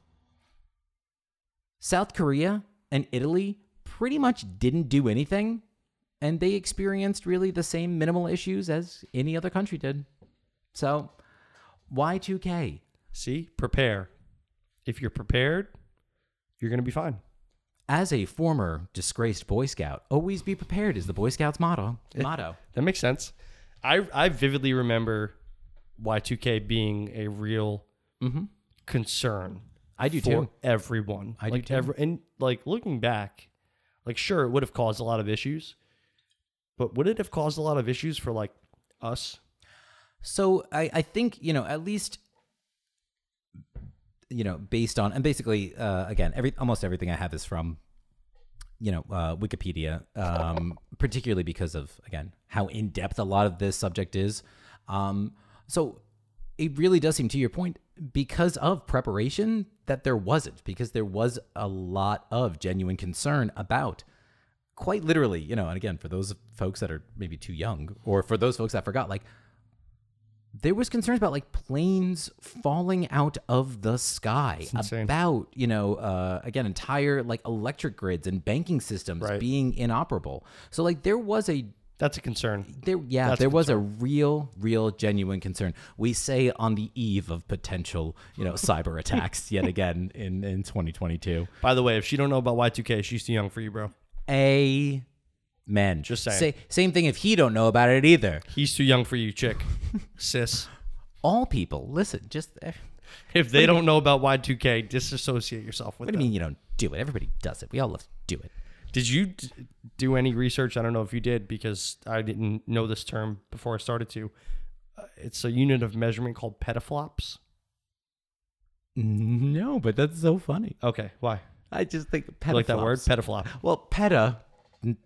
South Korea and Italy pretty much didn't do anything, and they experienced really the same minimal issues as any other country did. So, Y2K.
See, prepare. If you're prepared, you're going to be fine.
As a former disgraced Boy Scout, always be prepared is the Boy Scout's motto. Motto.
That makes sense. I I vividly remember Y2K being a real concern.
Mm-hmm. I do
for
too.
Everyone.
I do
like
too.
every- and like looking back, like sure it would have caused a lot of issues, but would it have caused a lot of issues for like us?
So I, I think you know at least you know based on and basically uh, again every almost everything I have is from you know uh, Wikipedia, um, particularly because of again how in depth a lot of this subject is. Um, so it really does seem to your point because of preparation that there wasn't because there was a lot of genuine concern about quite literally you know and again for those folks that are maybe too young or for those folks that forgot like there was concerns about like planes falling out of the sky
insane.
about you know uh, again entire like electric grids and banking systems
Right.
being inoperable so like there was a
That's a concern.
there yeah there was a real real genuine concern we say on the eve of potential you know cyber attacks yet again in in 2022
By the way, if she don't know about Y2K, she's too young for you, bro.
amen
Just saying.
Say, same thing if he don't know about it either
He's too young for you, chick. Sis.
all people listen just eh,
If they don't know about Y2K, disassociate yourself with
what do you
them.
mean you don't do it everybody does it we all love to do it
Did you d- do any research? I don't know if you did because I didn't know this term before I started to. Uh, It's a unit of measurement called petaflops.
no but that's so funny
Okay, why?
i just think
You like that word,
petaflops.
petaflop.
well peta n-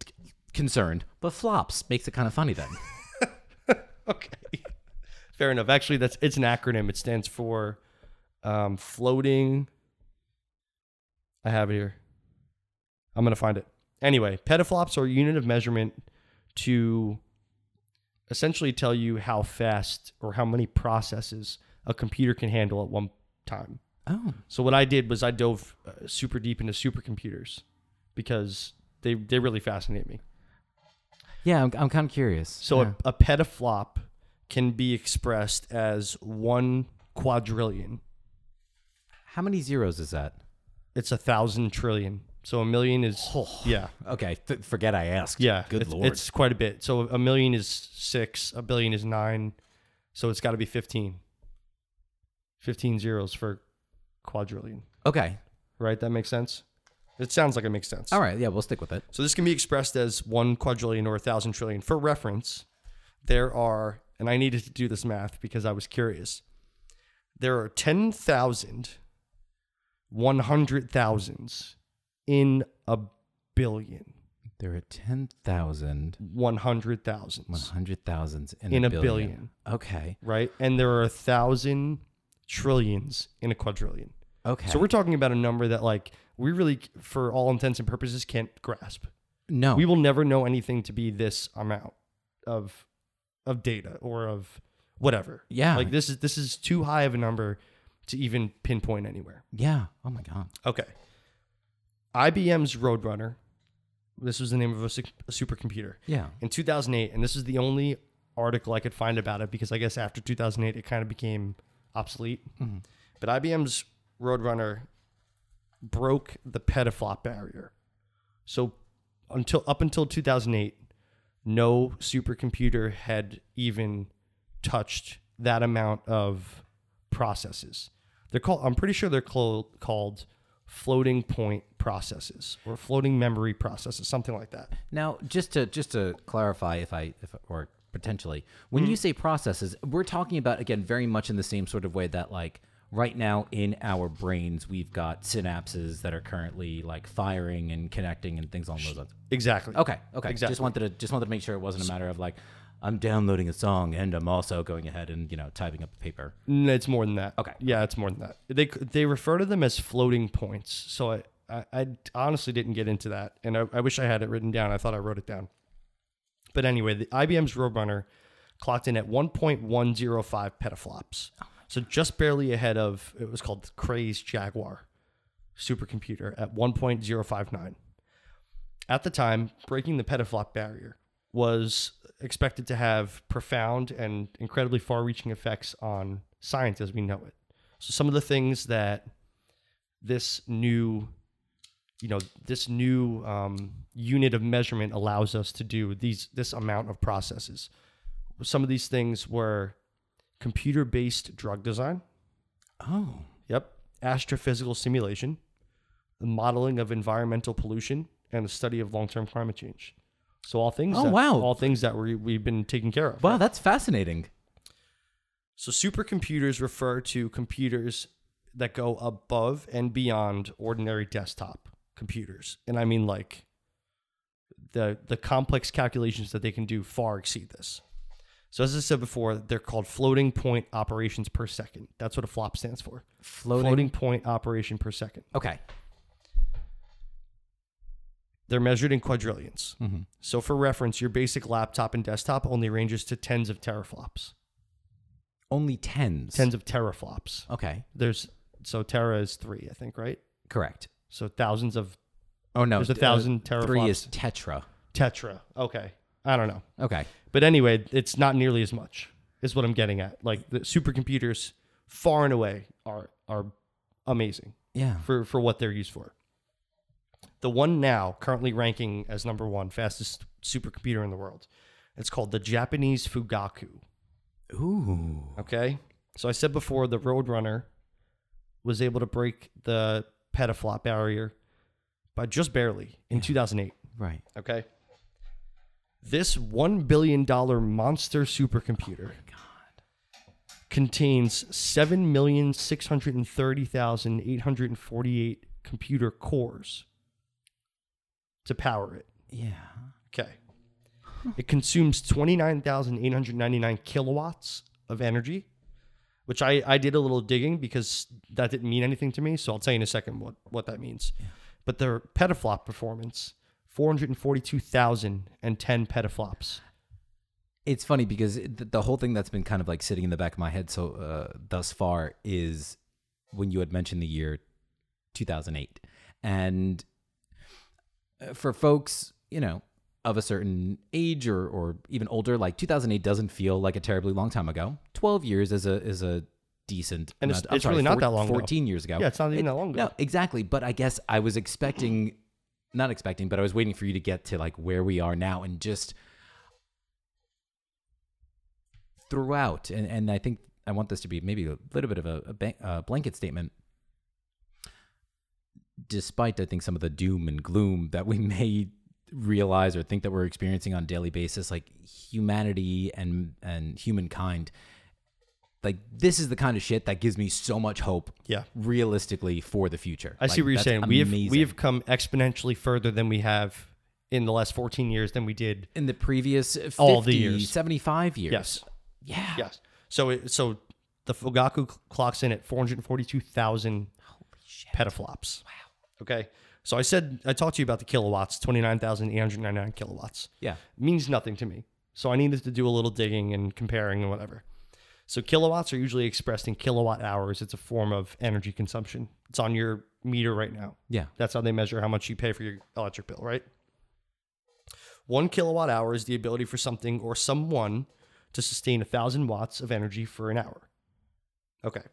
concerned but flops makes it kind of funny then
Okay, fair enough. Actually, that's it's an acronym. It stands for um, floating. I have it here. I'm gonna find it. Anyway, petaflops are a unit of measurement to essentially tell you how fast or how many processes a computer can handle at one time.
oh
So what I did was I dove uh, super deep into supercomputers because they they really fascinate me.
yeah i'm, I'm kind of curious
So
Yeah.
a, a petaflop can be expressed as one quadrillion.
How many zeros is that?
It's a thousand trillion. So a million is yeah
Okay, th- forget I asked.
yeah.
Oh. Good
it's,
lord.
it's quite a bit. So a million is six. A billion is nine. So it's got to be fifteen. Fifteen zeros for quadrillion.
okay.
Right? That makes sense. It sounds like it makes sense.
All right. Yeah, we'll stick with it.
So this can be expressed as one quadrillion or a thousand trillion. For reference, there are, and I needed to do this math because I was curious. There are 10,000 100,000s in a billion.
There are 10,000,
100,000s,
100,000s in,
In
a
a
billion.
billion.
Okay.
right? And there are a thousand trillions in a quadrillion.
Okay.
So we're talking about a number that, like, we really, for all intents and purposes, can't grasp.
no.
we will never know anything to be this amount of of data or of whatever.
Yeah.
Like this is this is too high of a number to even pinpoint anywhere.
yeah. Oh my god.
Okay. IBM's Roadrunner. This was the name of a, su- a supercomputer
Yeah.
in 2008, and this is the only article I could find about it because I guess after 2008 it kind of became obsolete. But IBM's Roadrunner broke the petaflop barrier. So until up until 2008, no supercomputer had even touched that amount of processes. They're called. I'm pretty sure they're clo- called floating point processes or floating memory processes, something like that.
Now, just to just to clarify if I if or potentially, when
Mm.
you say processes, we're talking about again very much in the same sort of way that like right now in our brains we've got synapses that are currently like firing and connecting and things along those lines.
Exactly.
Okay. Okay.
Exactly.
Just wanted to just wanted to make sure it wasn't a matter of like I'm downloading a song and I'm also going ahead and you know typing up a paper.
No, it's more than that.
Okay.
Yeah, it's more than that. They they refer to them as floating points. So I I, I honestly didn't get into that, and I, I wish I had it written down. I thought I wrote it down. But anyway, the IBM's Roadrunner clocked in at 1.105 petaflops, so just barely ahead of it was called Cray's Jaguar supercomputer at 1.059. At the time, breaking the petaflop barrier was expected to have profound and incredibly far reaching effects on science as we know it. So, some of the things that this new you know this new um, unit of measurement allows us to do these this amount of processes some of these things were computer based drug design
Oh.
Yep. Astrophysical simulation, the modeling of environmental pollution, and the study of long-term climate change. So all things.
Oh,
that,
wow.
All things that we we've been taking care of.
Wow, that's fascinating.
So supercomputers refer to computers that go above and beyond ordinary desktop computers, and I mean like the the complex calculations that they can do far exceed this. So as I said before, they're called floating point operations per second. That's what a flop stands for.
Floating.
floating point operation per second.
Okay.
They're measured in quadrillions.
Mm-hmm.
So, for reference, your basic laptop and desktop only ranges to tens of teraflops.
Only tens.
Tens of teraflops.
Okay.
There's so tera is three, I think, right?
Correct.
So thousands of
Oh no.
There's a
d-
thousand
Three
teraflops.
is tetra.
tetra. Okay, I don't know,
Okay.
but anyway, it's not nearly as much. Is what I'm getting at. Like the supercomputers, far and away, are are amazing.
Yeah.
for for what they're used for. The one now currently ranking as number one fastest supercomputer in the world. It's called the Japanese Fugaku.
Ooh.
Okay, so I said before the Roadrunner was able to break the petaflop barrier by just barely in 2008.
Right.
Okay, this one billion dollar monster supercomputer contains 7,630,848 computer cores to power it.
Yeah.
Okay. It consumes 29,899 kilowatts of energy, which I, I did a little digging because that didn't mean anything to me. So I'll tell you in a second what, what that means. But their petaflop performance, 442,010 petaflops.
It's funny because it, th- the whole thing that's been kind of like sitting in the back of my head so uh, thus far is when you had mentioned the year 2008, and uh, for folks, you know, of a certain age or or even older, like 2008 doesn't feel like a terribly long time ago. 12 years is a is a decent
And it's-
amount- I'm
it's really not that long ago.
14 years ago.
Yeah, it's not even that long ago.
No, exactly. But I guess I was expecting, not expecting, but I was waiting for you to get to like where we are now and just throughout. And, and I think I want this to be maybe a little bit of a, a ban- uh, blanket statement. Despite, I think, some of the doom and gloom that we may realize or think that we're experiencing on a daily basis, like humanity and, and humankind, like this is the kind of shit that gives me so much hope
Yeah.
realistically for the future.
I see what you're saying. We have we
we've
have come exponentially further than we have in the last 14 years than we did.
in the previous 50,
All the years.
75 years.
Yes,
Yeah.
yes. So it, so the Fugaku cl- clocks in at 442,000 petaflops. Wow. Okay. So I said I talked to you about the kilowatts, 29,899 kilowatts.
Yeah.
means nothing to me. So I needed to do a little digging and comparing and whatever. So kilowatts are usually expressed in kilowatt hours. It's a form of energy consumption. It's on your meter right now.
Yeah.
That's how they measure how much you pay for your electric bill, right? One kilowatt hour is the ability for something or someone to sustain a thousand watts of energy for an hour. Okay.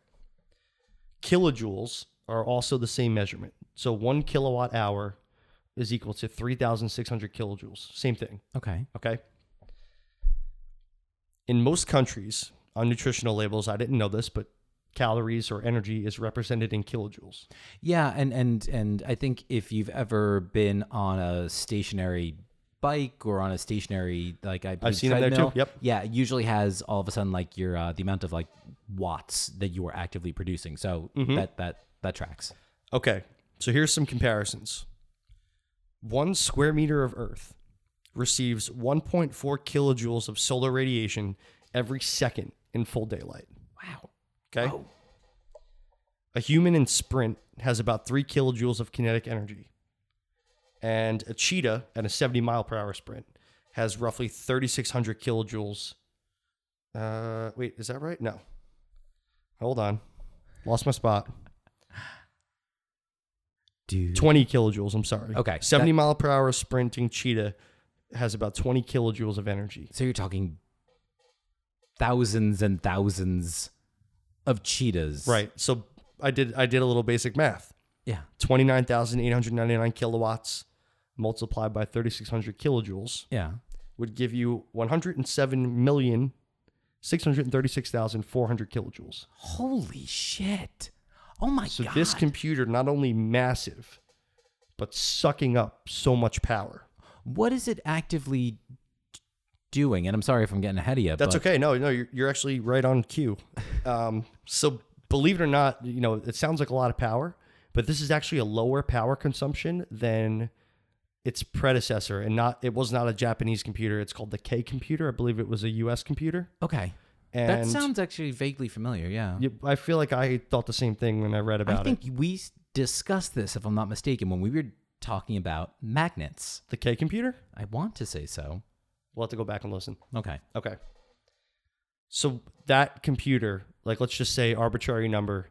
Kilojoules are also the same measurement. So one kilowatt hour is equal to 3,600 kilojoules. Same thing.
Okay.
Okay. In most countries, on nutritional labels, I didn't know this, but calories or energy is represented in kilojoules.
Yeah, and and and I think if you've ever been on a stationary bike or on a stationary like I believe
seen them there too,
treadmill,
yep.
Yeah, it usually has all of a sudden like your uh, the amount of like watts that you are actively producing. So
Mm-hmm.
that that that tracks.
Okay, so here's some comparisons. One square meter of Earth receives 1.4 kilojoules of solar radiation every second in full daylight.
Wow. Oh,
Okay. A human in sprint has about three kilojoules of kinetic energy. And a cheetah at a 70 mile per hour sprint has roughly 3,600 kilojoules. Uh, wait, is that right? No. Hold on. Lost my spot.
Dude.
20 kilojoules, I'm sorry.
Okay,
70 mile per hour sprinting cheetah has about 20 kilojoules of energy.
So you're talking thousands and thousands of cheetahs.
Right. So I did I did a little basic math.
Yeah.
29,899 kilowatts multiplied by 3600 kilojoules
Yeah.
would give you 107,636,400 kilojoules.
Holy shit. Oh my
So
god.
this computer not only massive but sucking up so much power.
what is it actively doing? And I'm sorry if I'm getting ahead of you.
That's
but
okay. No, no, you're, you're actually right on cue. Um, so believe it or not, you know, it sounds like a lot of power, but this is actually a lower power consumption than its predecessor and not it was not a Japanese computer. It's called the K computer. I believe it was a US computer.
Okay.
And
That sounds actually vaguely familiar. Yeah.
you- I feel like I thought the same thing when I read
I
about it.
think we s- discussed this, if I'm not mistaken, when we were talking about magnets.
The K computer?
I want to say so.
We'll have to go back and listen.
Okay.
Okay. So that computer, like let's just say arbitrary number,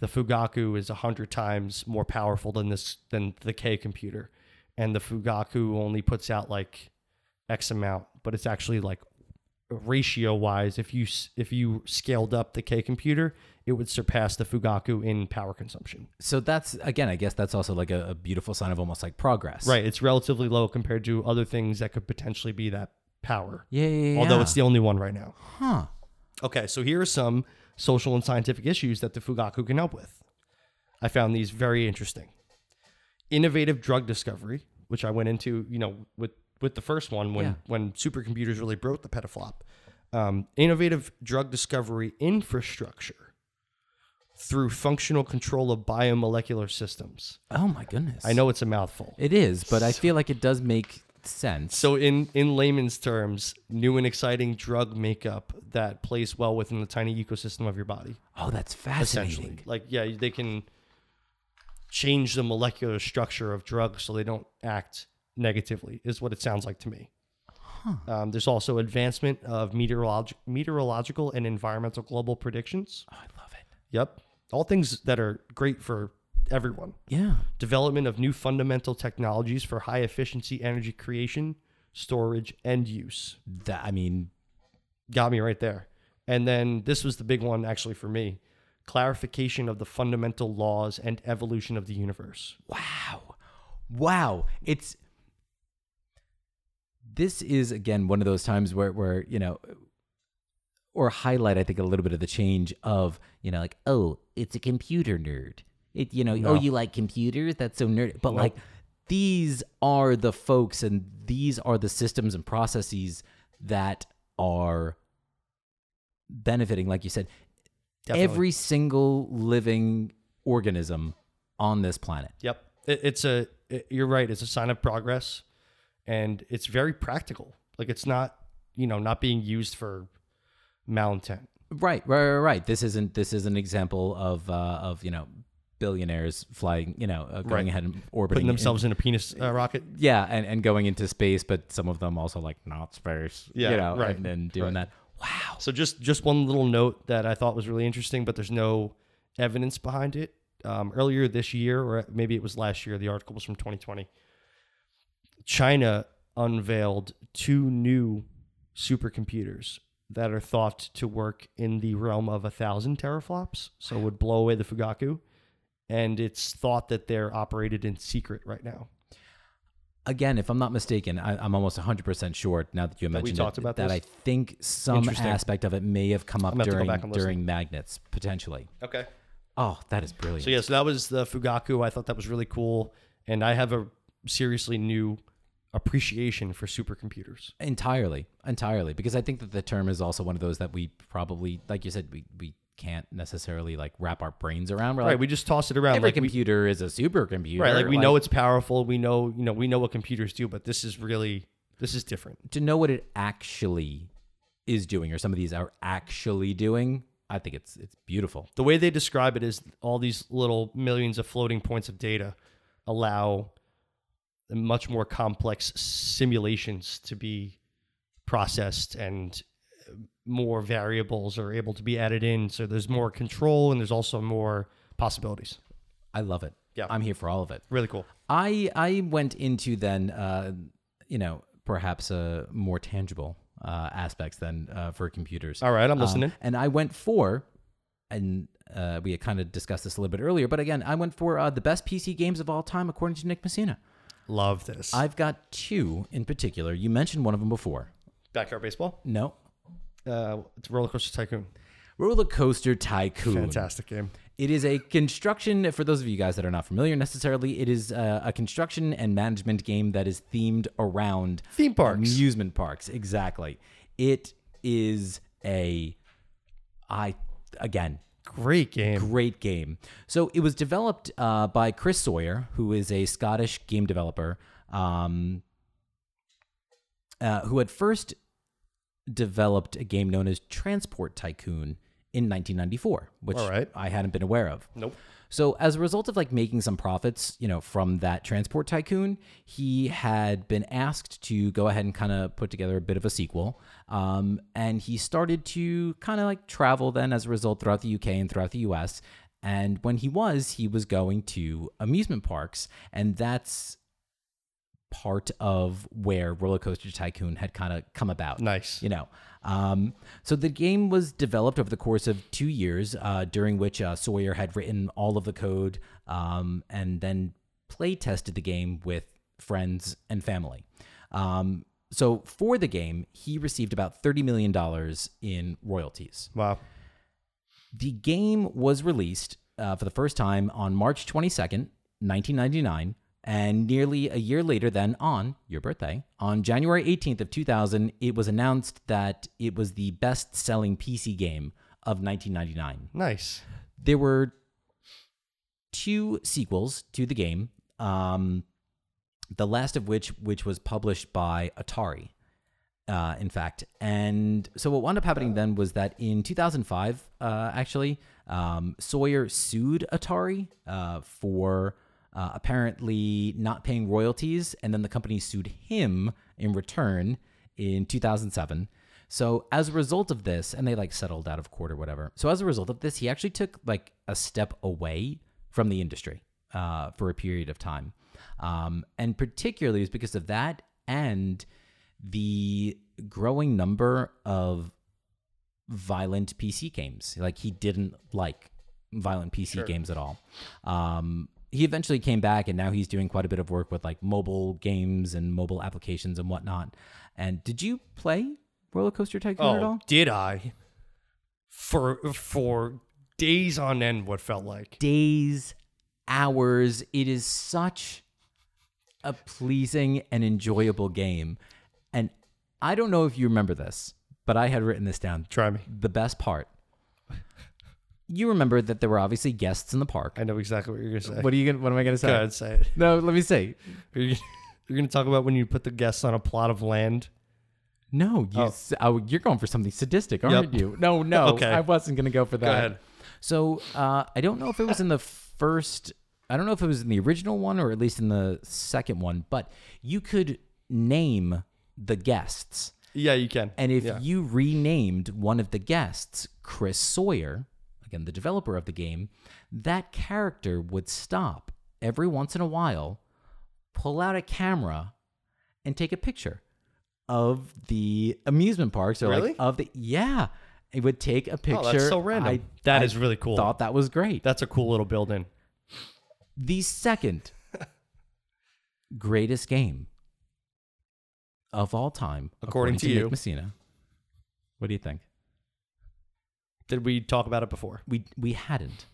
the Fugaku is 100 times more powerful than this than the K computer. And the Fugaku only puts out like X amount, but it's actually like ratio wise if you s- if you scaled up the K computer, it would surpass the Fugaku in power consumption.
So that's again, I guess that's also like a, a beautiful sign of almost like progress.
Right, it's relatively low compared to other things that could potentially be that power.
Yeah. yeah, yeah
Although
yeah.
it's the only one right now.
huh.
Okay, so here are some social and scientific issues that the Fugaku can help with. I found these very interesting. Innovative drug discovery, which I went into, you know, with with the first one when
Yeah.
when supercomputers really broke the petaflop. Um, innovative drug discovery infrastructure through functional control of biomolecular systems.
Oh my goodness.
I know it's a mouthful.
It is, but I feel like it does make sense.
So in in layman's terms, new and exciting drug makeup that plays well within the tiny ecosystem of your body.
Oh, that's
essentially.
fascinating.
Like, yeah, they can change the molecular structure of drugs so they don't act negatively, is what it sounds like to me. Um, there's also advancement of meteorologi- meteorological and environmental global predictions.
Oh, I love it.
Yep. All things that are great for everyone.
Yeah.
Development of new fundamental technologies for high efficiency energy creation, storage, and use
That I mean,
got me right there. And then this was the big one actually for me clarification of the fundamental laws and evolution of the universe.
wow. Wow. It's this is again one of those times where where, you know, or highlight I think a little bit of the change of, you know, like, oh, it's a computer nerd. It you know, oh, you like computers? That's so nerd. But like these are the folks and these are the systems and processes that are benefiting like you said
Definitely.
every single living organism on this planet.
Yep. It, it's a, it- you're right. It's a sign of progress and it's very practical. Like it's not, you know, not being used for malintent.
Right, right, right, right. This isn't this is an example of uh, of you know billionaires flying you know uh, going
Right.
ahead and orbiting
Putting themselves in a penis uh, rocket.
yeah, and, and going into space, but some of them also like not space.
Yeah,
you know,
right,
and then doing that. Wow.
So just just one little note that I thought was really interesting, but there's no evidence behind it. Um, earlier this year, or maybe it was last year, the article was from 2020. China unveiled two new supercomputers that are thought to work in the realm of a thousand teraflops, so would blow away the Fugaku. And it's thought that they're operated in secret right now.
Again, if I'm not mistaken, I, I'm almost 100 percent sure now that you
we
mentioned
talked
it,
about
that
this?
I think some
Interesting.
aspect of it may have come up
gonna have to go
during
back and listen.
during magnets potentially.
Okay.
Oh, that is brilliant.
So yeah, so that was the Fugaku. I thought that was really cool, and I have a seriously new appreciation for supercomputers.
Entirely, entirely, because I think that the term is also one of those that we probably, like you said, we we can't necessarily like wrap our brains around. We're
Right,
like,
we just toss it around
every
like we,
computer is a supercomputer,
right, like we know it's powerful. We know you know we know what computers do, but this is really this is different.
to know what it actually is doing, or some of these are actually doing. I think it's it's beautiful.
The way they describe it is all these little millions of floating points of data allow much more complex simulations to be processed and uh, more variables are able to be added in. So there's more control and there's also more possibilities.
I love it.
Yeah.
I'm here for all of it.
Really cool.
I I went into then uh, you know perhaps uh, more tangible uh, aspects than uh, for computers.
All right, I'm
Um,
listening.
and I went for and uh, we had kind of discussed this a little bit earlier, but again, I went for uh, the best PC games of all time according to Nick Messina.
Love this.
I've got two in particular. You mentioned one of them before.
Backyard baseball.
No,
Uh, it's Roller Coaster Tycoon.
Roller Coaster Tycoon.
Fantastic game.
It is a construction, for those of you guys that are not familiar necessarily, it is uh, a, a construction and management game that is themed around
Theme parks.
amusement parks. Exactly. It is a, I, again,
Great game.
great game. So it was developed uh, by Chris Sawyer, who is a Scottish game developer, um, uh, who had first developed a game known as Transport Tycoon in 1994, which
All right.
I hadn't been aware of.
Nope.
So as a result of like making some profits, you know, from that transport tycoon, he had been asked to go ahead and kind of put together a bit of a sequel. Um, and he started to kind of like travel then as a result throughout the UK and throughout the US. And when he was, he was going to amusement parks, and that's part of where Roller Coaster Tycoon had kind of come about
Nice.
you know. Um, so the game was developed over the course of two years, uh, during which uh, Sawyer had written all of the code um, and then play tested the game with friends and family. Um, so for the game, he received about $30 million in royalties.
Wow.
The game was released uh, for the first time on March 22nd, 1999, and nearly a year later then on your birthday, on January 18th of 2000, it was announced that it was the best-selling PC game of 1999.
Nice.
There were two sequels to the game, um, the last of which which was published by Atari uh, in fact. And so what wound up happening then was that in 2005, uh, actually, um, Sawyer sued Atari uh, for uh, apparently not paying royalties, and then the company sued him in return in 2007. So as a result of this, and they like settled out of court or whatever. So as a result of this, he actually took like a step away from the industry uh, for a period of time, um, and particularly it was because of that and the growing number of violent PC games. Like he didn't like violent PC games at all. Um, he eventually came back, and now he's doing quite a bit of work with like mobile games and mobile applications and whatnot. And did you play Roller Coaster Tycoon at all?
Oh, did I? For for days on end, what felt like.
days, hours. It is such a pleasing and enjoyable game. And I don't know if you remember this, but I had written this down.
Try me.
The best part. You remember that there were obviously guests in the park.
I know exactly what you're gonna say.
What are you gonna what am I gonna say?
Go ahead, say it.
No, let me say.
You're, gonna- you're gonna talk about when you put the guests on a plot of land.
No, you s- oh, you're going for something sadistic, aren't
Yep.
you? No, no.
Okay.
I wasn't gonna go for that.
ahead.
So uh, I don't know if it was in the first. I don't know if it was in the original one or at least in the second one, but you could name the guests,
Yeah, you can.
and if
Yeah.
you renamed one of the guests Chris Sawyer, again the developer of the game, that character would stop every once in a while, pull out a camera, and take a picture of the amusement parks or
Really?
like of the yeah. It would take a picture.
oh, that's so random. That
I
is really cool.
thought that was great.
That's a cool little building.
The second greatest game of all time,
According to you.
Nick Messina. What do you think?
Did we talk about it before?
We we hadn't.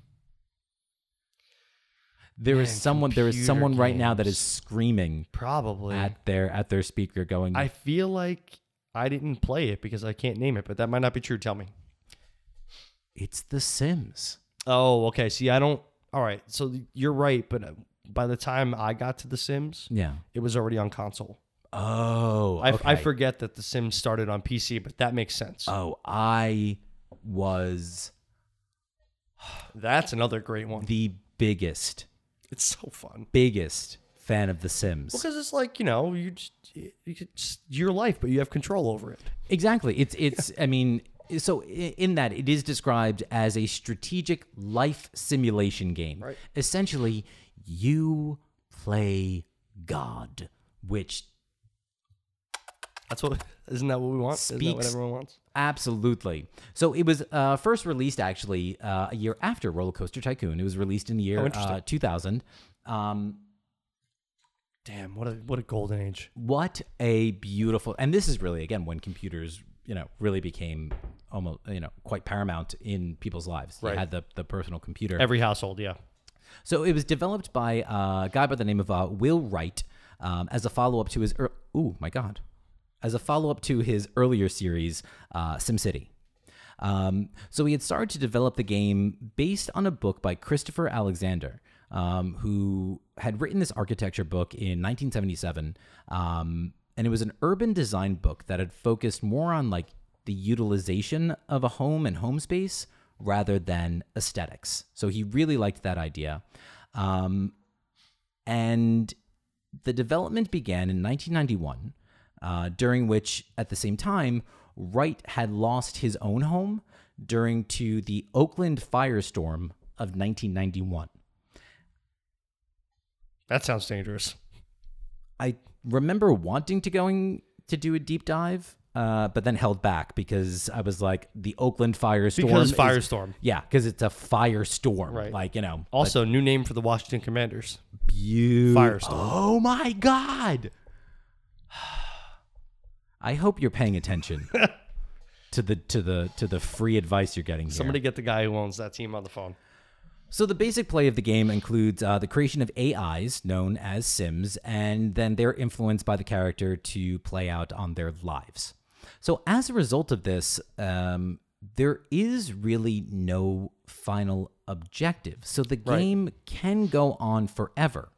There is
Man,
someone. There is
computer
someone right now that
games.
is screaming
Probably.
at their at their speaker, going,
I feel like I didn't play it because I can't name it, but that might not be true. Tell me.
"It's The Sims."
Oh, okay. See, I don't. All right. So you're right, but uh, by the time I got to The Sims,
Yeah.
it was already on console.
Oh,
I, I
okay.
forget that The Sims started on PC, but that makes sense.
Oh, I was
That's another great one.
the biggest,
It's so fun.
biggest fan of The Sims.
Because it's like, you know, you just, it's your life, but you have control over it.
Exactly. It's it's. I mean, so i- in that it is described as a strategic life simulation game.
Right.
Essentially, You play God, which
That's what isn't that what we want? Isn't that what
Speaks-
everyone wants?
Absolutely. So it was uh, first released actually uh, a year after Roller Coaster Tycoon. It was released in the year
Oh, interesting.
uh, 2000. Um,
Damn, what a what a golden age.
what a beautiful and this is really again when computers you know really became almost you know quite paramount in people's lives. They
Right.
had the the personal computer.
Every household, yeah.
So it was developed by uh, a guy by the name of uh, Will Wright um, as a follow up to his. ear Ooh, my God. As a follow up to his earlier series, uh, SimCity. Um, so he had started to develop the game based on a book by Christopher Alexander, um, who had written this architecture book in 1977. Um, and it was an urban design book that had focused more on like the utilization of a home and home space rather than aesthetics. So he really liked that idea. Um, and the development began in 1991, uh, during which, at the same time, Wright had lost his own home during to the Oakland firestorm of 1991.
That sounds dangerous.
I remember wanting to going to do a deep dive, uh, but then held back because I was like, the Oakland firestorm.
Because
is-
Firestorm.
yeah, because it's a firestorm.
Right.
Like you know,
Also, new name for the Washington Commanders.
beautiful.
Firestorm.
Oh my god! I hope you're paying attention to the to the to the free advice you're getting here.
Somebody get the guy who owns that team on the phone.
So the basic play of the game includes uh, the creation of AIs known as Sims, and then their influence by the character to play out on their lives. So as a result of this, um, there is really no final objective. So the game can go on forever.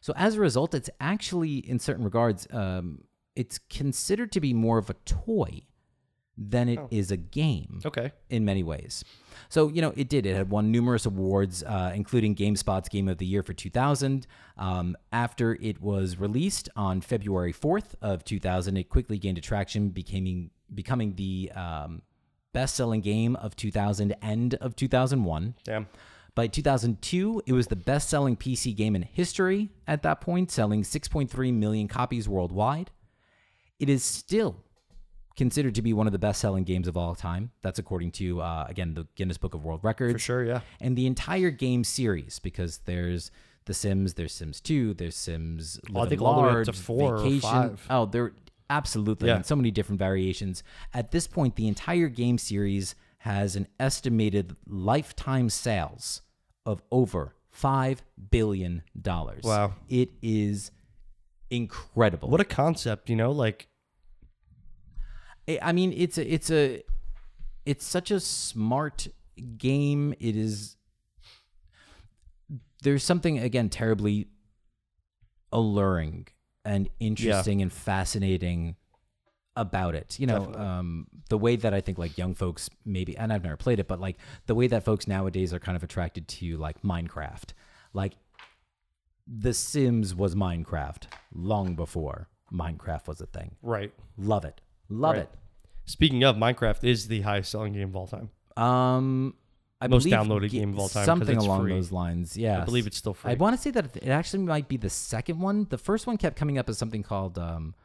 So as a result, it's actually, in certain regards, um, it's considered to be more of a toy than it is a game
Okay.
in many ways. So, you know, it did. It had won numerous awards, uh, including GameSpot's Game of the Year for 2000. Um, after it was released on February 4th of 2000, it quickly gained attraction, becoming, becoming the um, best-selling game of 2000 and of 2001.
Damn.
By 2002, it was the best selling PC game in history at that point, selling 6.3 million copies worldwide. It is still considered to be one of the best selling games of all time. That's according to, uh, again, the Guinness Book of World Records
For sure, yeah.
and the entire game series because there's The Sims, there's Sims 2, there's Sims
I
Live and
think all the way up
Large,
to four or
Vacation.
five.
Oh, there absolutely
Yeah.
and so many different variations. At this point, the entire game series has an estimated lifetime sales of over five billion dollars.
Wow.
It is incredible.
What a concept, you know? Like,
I I mean, it's a, it's a, it's such a smart game. It is. There's something again terribly alluring and interesting and fascinating about it. You know, um, the way that I think like young folks maybe, and I've never played it, but like the way that folks nowadays are kind of attracted to like Minecraft, like. The Sims was Minecraft long before Minecraft was a thing.
right.
Love it. Love
Right. Speaking of, Minecraft is the highest selling game of all time.
it. Um, I
Most
believe
downloaded
ge-
game of all time 'cause
Something
it's
along
free.
those lines. Yeah,
I believe it's still free.
I want to say that it actually might be the second one. The first one kept coming up as something called um,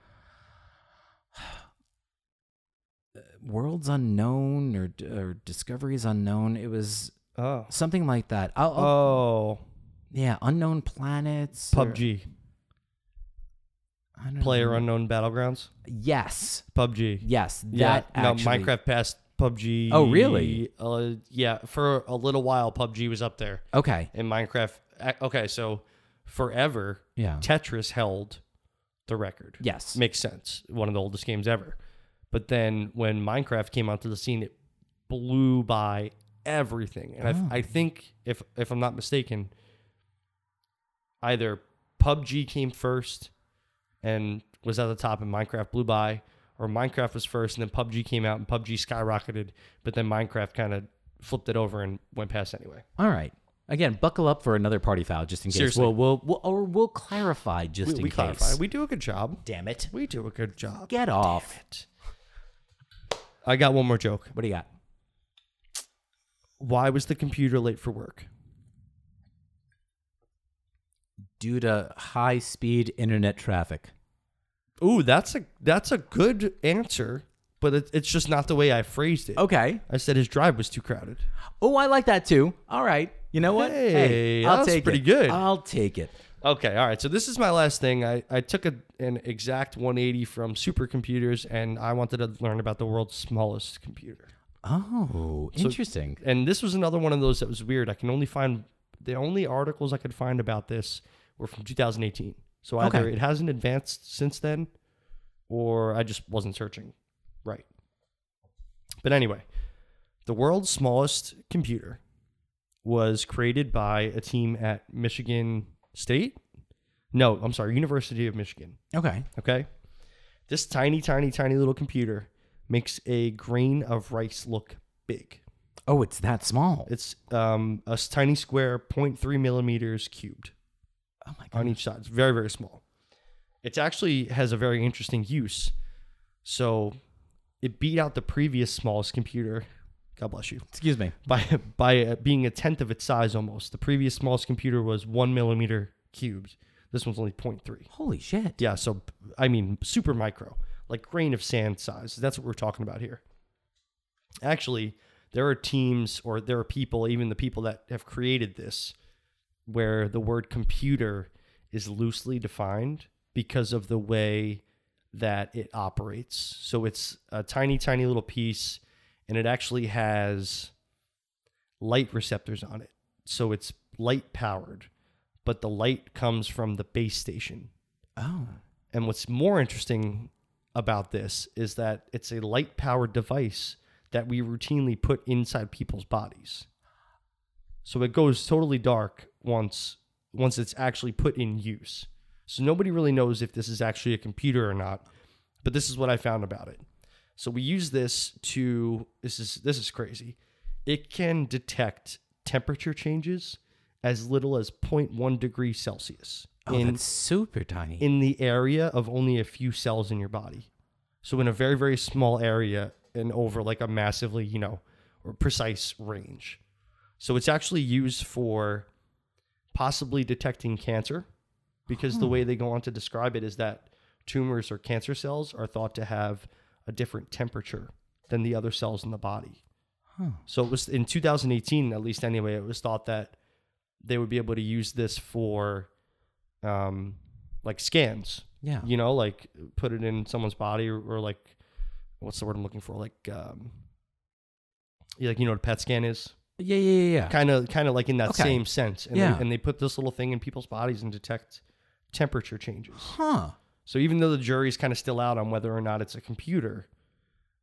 Worlds Unknown or or Discoveries Unknown. It was
oh.
something like that. I'll, I'll-
Oh.
yeah, Unknown Planets. or-
PUBG.
I don't know.
Player Unknown Battlegrounds.
Yes,
PUBG.
yes.
Yeah.
That actually,
no, Minecraft passed PUBG.
Oh, really?
Uh, yeah. For a little while, PUBG was up there.
Okay.
And Minecraft. ac- Okay, so forever,
Yeah.
Tetris held the record.
Yes.
Makes sense. One of the oldest games ever. But then when Minecraft came onto the scene, it blew by everything. And I, I think, if if I'm not mistaken, either PUBG came first and was at the top, and Minecraft blew by, or Minecraft was first, and then PUBG came out, and PUBG skyrocketed, but then Minecraft kind of flipped it over and went past anyway.
All right. Again, buckle up for another party foul just in case.
Seriously.
We'll, we'll, we'll or we'll clarify just
We,
in
we
case.
clarify. We do a good job.
Damn it.
We do a good job.
Get off.
I got one more joke.
What do you got?
Why was the computer late for work?
due to high speed internet traffic.
Ooh, that's a that's a good answer, but it, it's just not the way I phrased it.
Okay.
I said his drive was too crowded.
Oh, I like that too. All right. You know what?
Hey,
I'll
that was
take
pretty
it.
good.
I'll take it.
Okay, all right. So this is my last thing. I, I took a, an exact 180 from supercomputers, and I wanted to learn about the world's smallest computer.
Oh, interesting.
And this was another one of those that was weird. I can only find the only articles I could find about this were from 2018. So either
Okay.
it hasn't advanced since then, or I just wasn't searching right. But anyway, the world's smallest computer was created by a team at Michigan State. No, I'm sorry, University of Michigan.
Okay.
Okay. This tiny, tiny, tiny little computer makes a grain of rice look big.
Oh, it's that small.
It's um, a s- tiny square, 0.3 millimeters cubed
oh my god.
on each side. It's very, very small. It actually has a very interesting use. So it beat out the previous smallest computer. God bless you.
Excuse me.
By by uh, being a tenth of its size almost. The previous smallest computer was one millimeter cubed. This one's only 0.3.
Holy shit.
Yeah, so I mean, super micro, like grain of sand size. That's what we're talking about here. Actually, there are teams or there are people, even the people that have created this, where the word computer is loosely defined because of the way that it operates. So it's a tiny, tiny little piece, and it actually has light receptors on it. So it's light powered, but the light comes from the base station.
Oh.
And what's more interesting about this is that it's a light powered device that we routinely put inside people's bodies. So it goes totally dark once once it's actually put in use. So nobody really knows if this is actually a computer or not, but this is what I found about it. So we use this to this is this is crazy. It can detect temperature changes as little as 0.1 degree Celsius
Oh,
in
that's super tiny.
in the area of only a few cells in your body. So in a very very small area and over like a massively, you know, or precise range. So it's actually used for possibly detecting cancer because the way they go on to describe it is that tumors or cancer cells are thought to have a different temperature than the other cells in the body.
Huh.
So it was in 2018, at least anyway, it was thought that they would be able to use this for um, like scans,
yeah.
you know, like put it in someone's body or, or like, what's the word I'm looking for? Like, um, yeah, like you know what a PET scan is?
Yeah. Yeah. Yeah. yeah.
Kind of, kind of like in that
Okay.
same sense. And,
Yeah.
they, and they put this little thing in people's bodies and detect temperature changes.
Huh.
So even though the jury's kind of still out on whether or not it's a computer,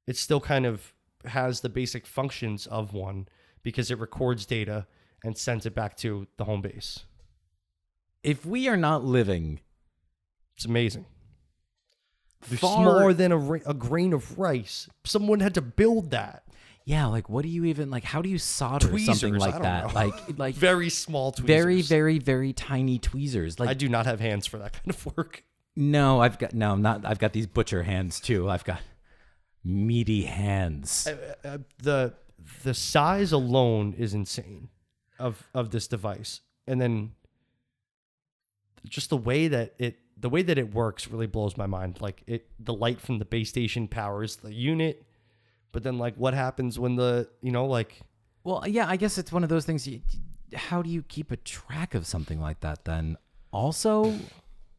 it still kind of has the basic functions of one because it records data and sends it back to the home base.
If we are not living
It's amazing. They're
far,
smaller than a, ra- a grain of rice. Someone had to build that.
yeah, like what do you even like? How do you solder something
Tweezers, I
like
don't
that?
know.
Like, like
Very small tweezers.
very, very, very tiny tweezers. Like
I do not have hands for that kind of work.
No, I've got no, not I've got these butcher hands too. I've got meaty hands.
Uh, uh, the the size alone is insane of of this device and then just the way that it the way that it works really blows my mind like it the light from the base station powers the unit but then like what happens when the you know like
Well, yeah, I guess it's one of those things. You, how do you keep a track of something like that? Then also,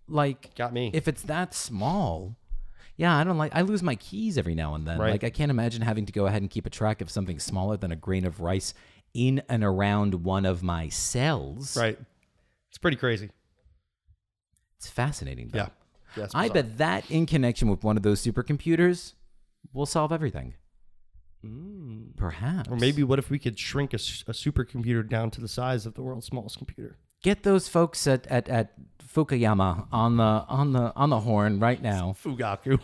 like
got me
if it's that small, yeah, I don't like. I lose my keys every now and then.
Right.
Like I can't imagine having to go ahead and keep a track of something smaller than a grain of rice in and around one of my cells.
right it's pretty crazy
It's fascinating. Though.
yeah yes
I bet that in connection with one of those supercomputers will solve everything. Perhaps.
Mm. or maybe what if we could shrink a, s- a supercomputer down to the size of the world's smallest computer
get those folks at, at, at Fukuyama on the on the on the horn right now.
fugaku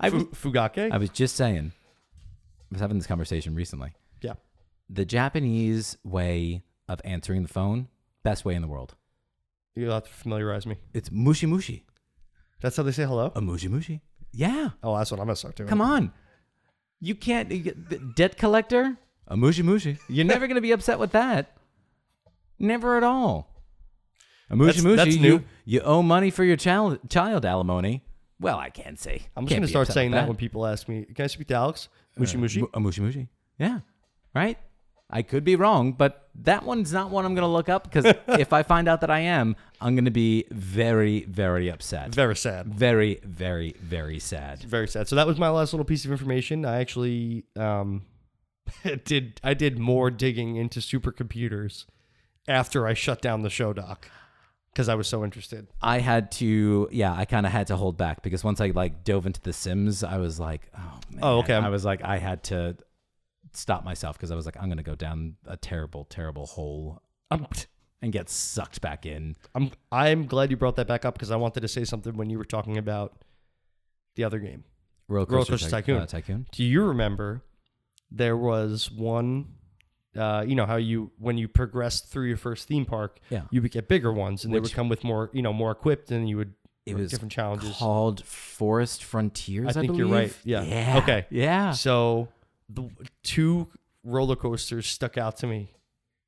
I was,
Fu- fugake
I was just saying. I was having this conversation recently.
yeah
The Japanese way of answering the phone, best way in the world.
You'll have to familiarize me.
It's mushi mushi.
That's how they say hello?
A mushi mushi. Yeah.
Oh, that's what I'm going to start doing.
Uh, Come on. You can't you get- the debt collector? A mushi mushi. You're never gonna be upset with that. Never at all. A mushy
That's-
mushy,
that's
you,
new.
you owe money for your child child alimony. Well, I can't say.
I'm just
Can't
gonna
be Uh,
start
upset
saying
with
that when people ask me, "Can I speak to Alex?" Mushy mushy.
Mu- A mushy mushy. Yeah. Right? I could be wrong, but that one's not one I'm going to look up because if I find out that I am, I'm going to be very, very upset.
Very sad.
Very, very, very sad.
Very sad. So that was my last little piece of information. I actually um, did. I did more digging into supercomputers after I shut down the show doc because I was so interested.
I had to, yeah, I kind of had to hold back because once I like dove into The Sims, I was like, oh man.
Oh, okay.
I was like, I had to stop myself because I was like, I'm going to go down a terrible, terrible hole
I'm,
and get sucked back in.
I'm, I'm glad you brought that back up because I wanted to say something when you were talking about the other game.
Roller
Roller
Coaster
Coaster
Tyc-
Tycoon.
uh, tycoon.
Do you remember there was one? Uh, you know how you when you progressed through your first theme park,
Yeah.
you would get bigger ones, and they
Which-
would come with more, you know, more equipped, and you would
It was
different challenges.
called Forest Frontiers. I,
I think
believe.
you're right. Yeah.
yeah.
Okay.
Yeah.
So the two roller coasters stuck out to me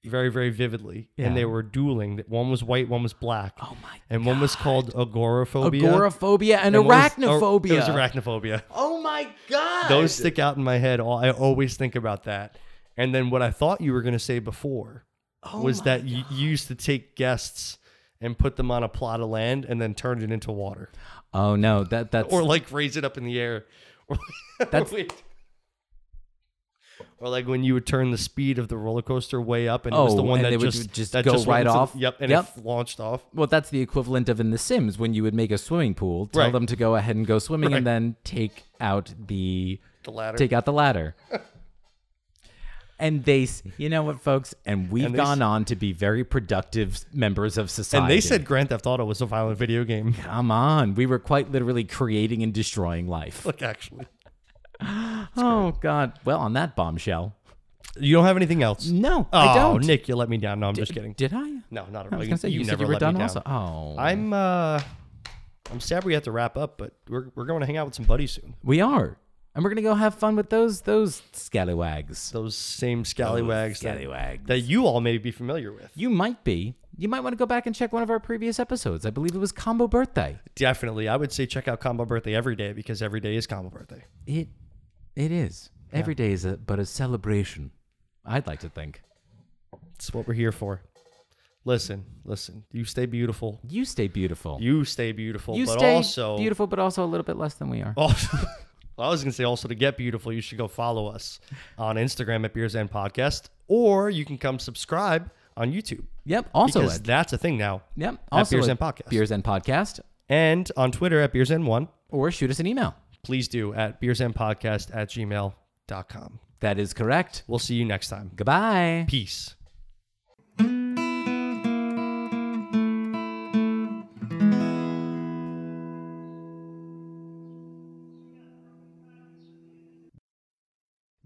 very, very vividly,
Yeah.
and they were dueling. One was white, one was black,
Oh my.
and one was called agoraphobia.
Agoraphobia and,
and oh, one was- or-
arachnophobia.
it was arachnophobia.
oh my god.
Those stick out in my head. All- I always think about that. And then what I thought you were going to say before
Oh
was
my
that you you used to take guests and put them on a plot of land and then turn it into water,
Oh no. That that's
or like raise it up in the air. Or-
That's-
Wait. Or like when you would turn the speed of the roller coaster way up, and it
Oh,
was the one
and they
that
would
just
just
that
go
just
right
went into-
off?
Yep, and
Yep.
it launched off.
well, that's the equivalent of in The Sims when you would make a swimming pool, tell
Right.
them to go ahead and go swimming,
Right.
and then take out the
The ladder.
take out the ladder. And they, s- you know what, folks, and we've
And they s-
gone on to be very productive members of society.
and they said Grand Theft Auto was a violent video game.
Come on. We were quite literally creating and destroying life.
Look, actually,
Oh, God. Well, on that bombshell.
you don't have anything else.
No,
Oh,
I don't.
Nick, you let me down. No, I'm just kidding.
Did I?
No, not at
I
all.
was going to say, you, said
never
you were
let me
done also. Oh.
I'm uh I'm sad we have to wrap up, but we're we're going to hang out with some buddies soon.
we are. And we're going to go have fun with those those scallywags.
Those same scallywags that,
Scallywags.
that you all may be familiar with.
You might be. You might want to go back and check one of our previous episodes. I believe it was Combo Birthday.
Definitely. I would say check out Combo Birthday every day because every day is Combo Birthday.
It, it is. Every day is a, but a celebration. I'd like to think.
It's what we're here for. Listen, listen. You stay beautiful.
You stay beautiful.
You stay beautiful,
You
but
stay
also Oh,
beautiful, but also a little bit less than we are.
Also, well, I was gonna say also to get beautiful, you should go follow us on Instagram at Beers and Podcast, or you can come subscribe on YouTube
Yep. Also,
because
a-
that's a thing now.
Yep.
Beers
a-
and Podcast.
Beers and Podcast.
And on Twitter at Beers and One,
Or shoot us an email.
please do at Beers and Podcast at gmail.com.
That is correct.
We'll see you next time.
Goodbye.
Peace.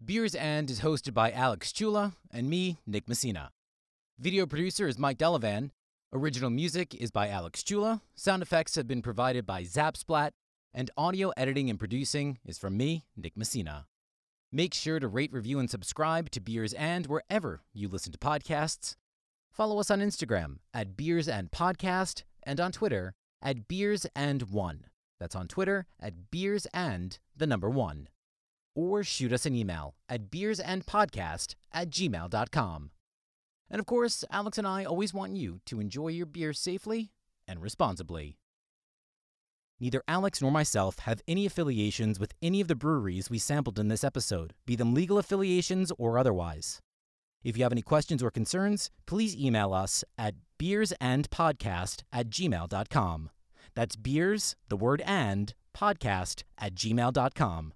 Beers and is hosted by Alex Chula and me, Nick Messina. Video producer is Mike Delavan. Original music is by Alex Chula. Sound effects have been provided by Zapsplat. And audio editing and producing is from me, Nick Messina. Make sure to rate, review, and subscribe to Beers and wherever you listen to podcasts. Follow us on Instagram at Beers and Podcast and on Twitter at Beers and One. That's on Twitter at Beers and the number one or shoot us an email at beersandpodcast at gmail.com. And of course, Alex and I always want you to enjoy your beer safely and responsibly. Neither Alex nor myself have any affiliations with any of the breweries we sampled in this episode, be them legal affiliations or otherwise. If you have any questions or concerns, please email us at beersandpodcast at gmail.com. That's beers, the word and, podcast at gmail.com.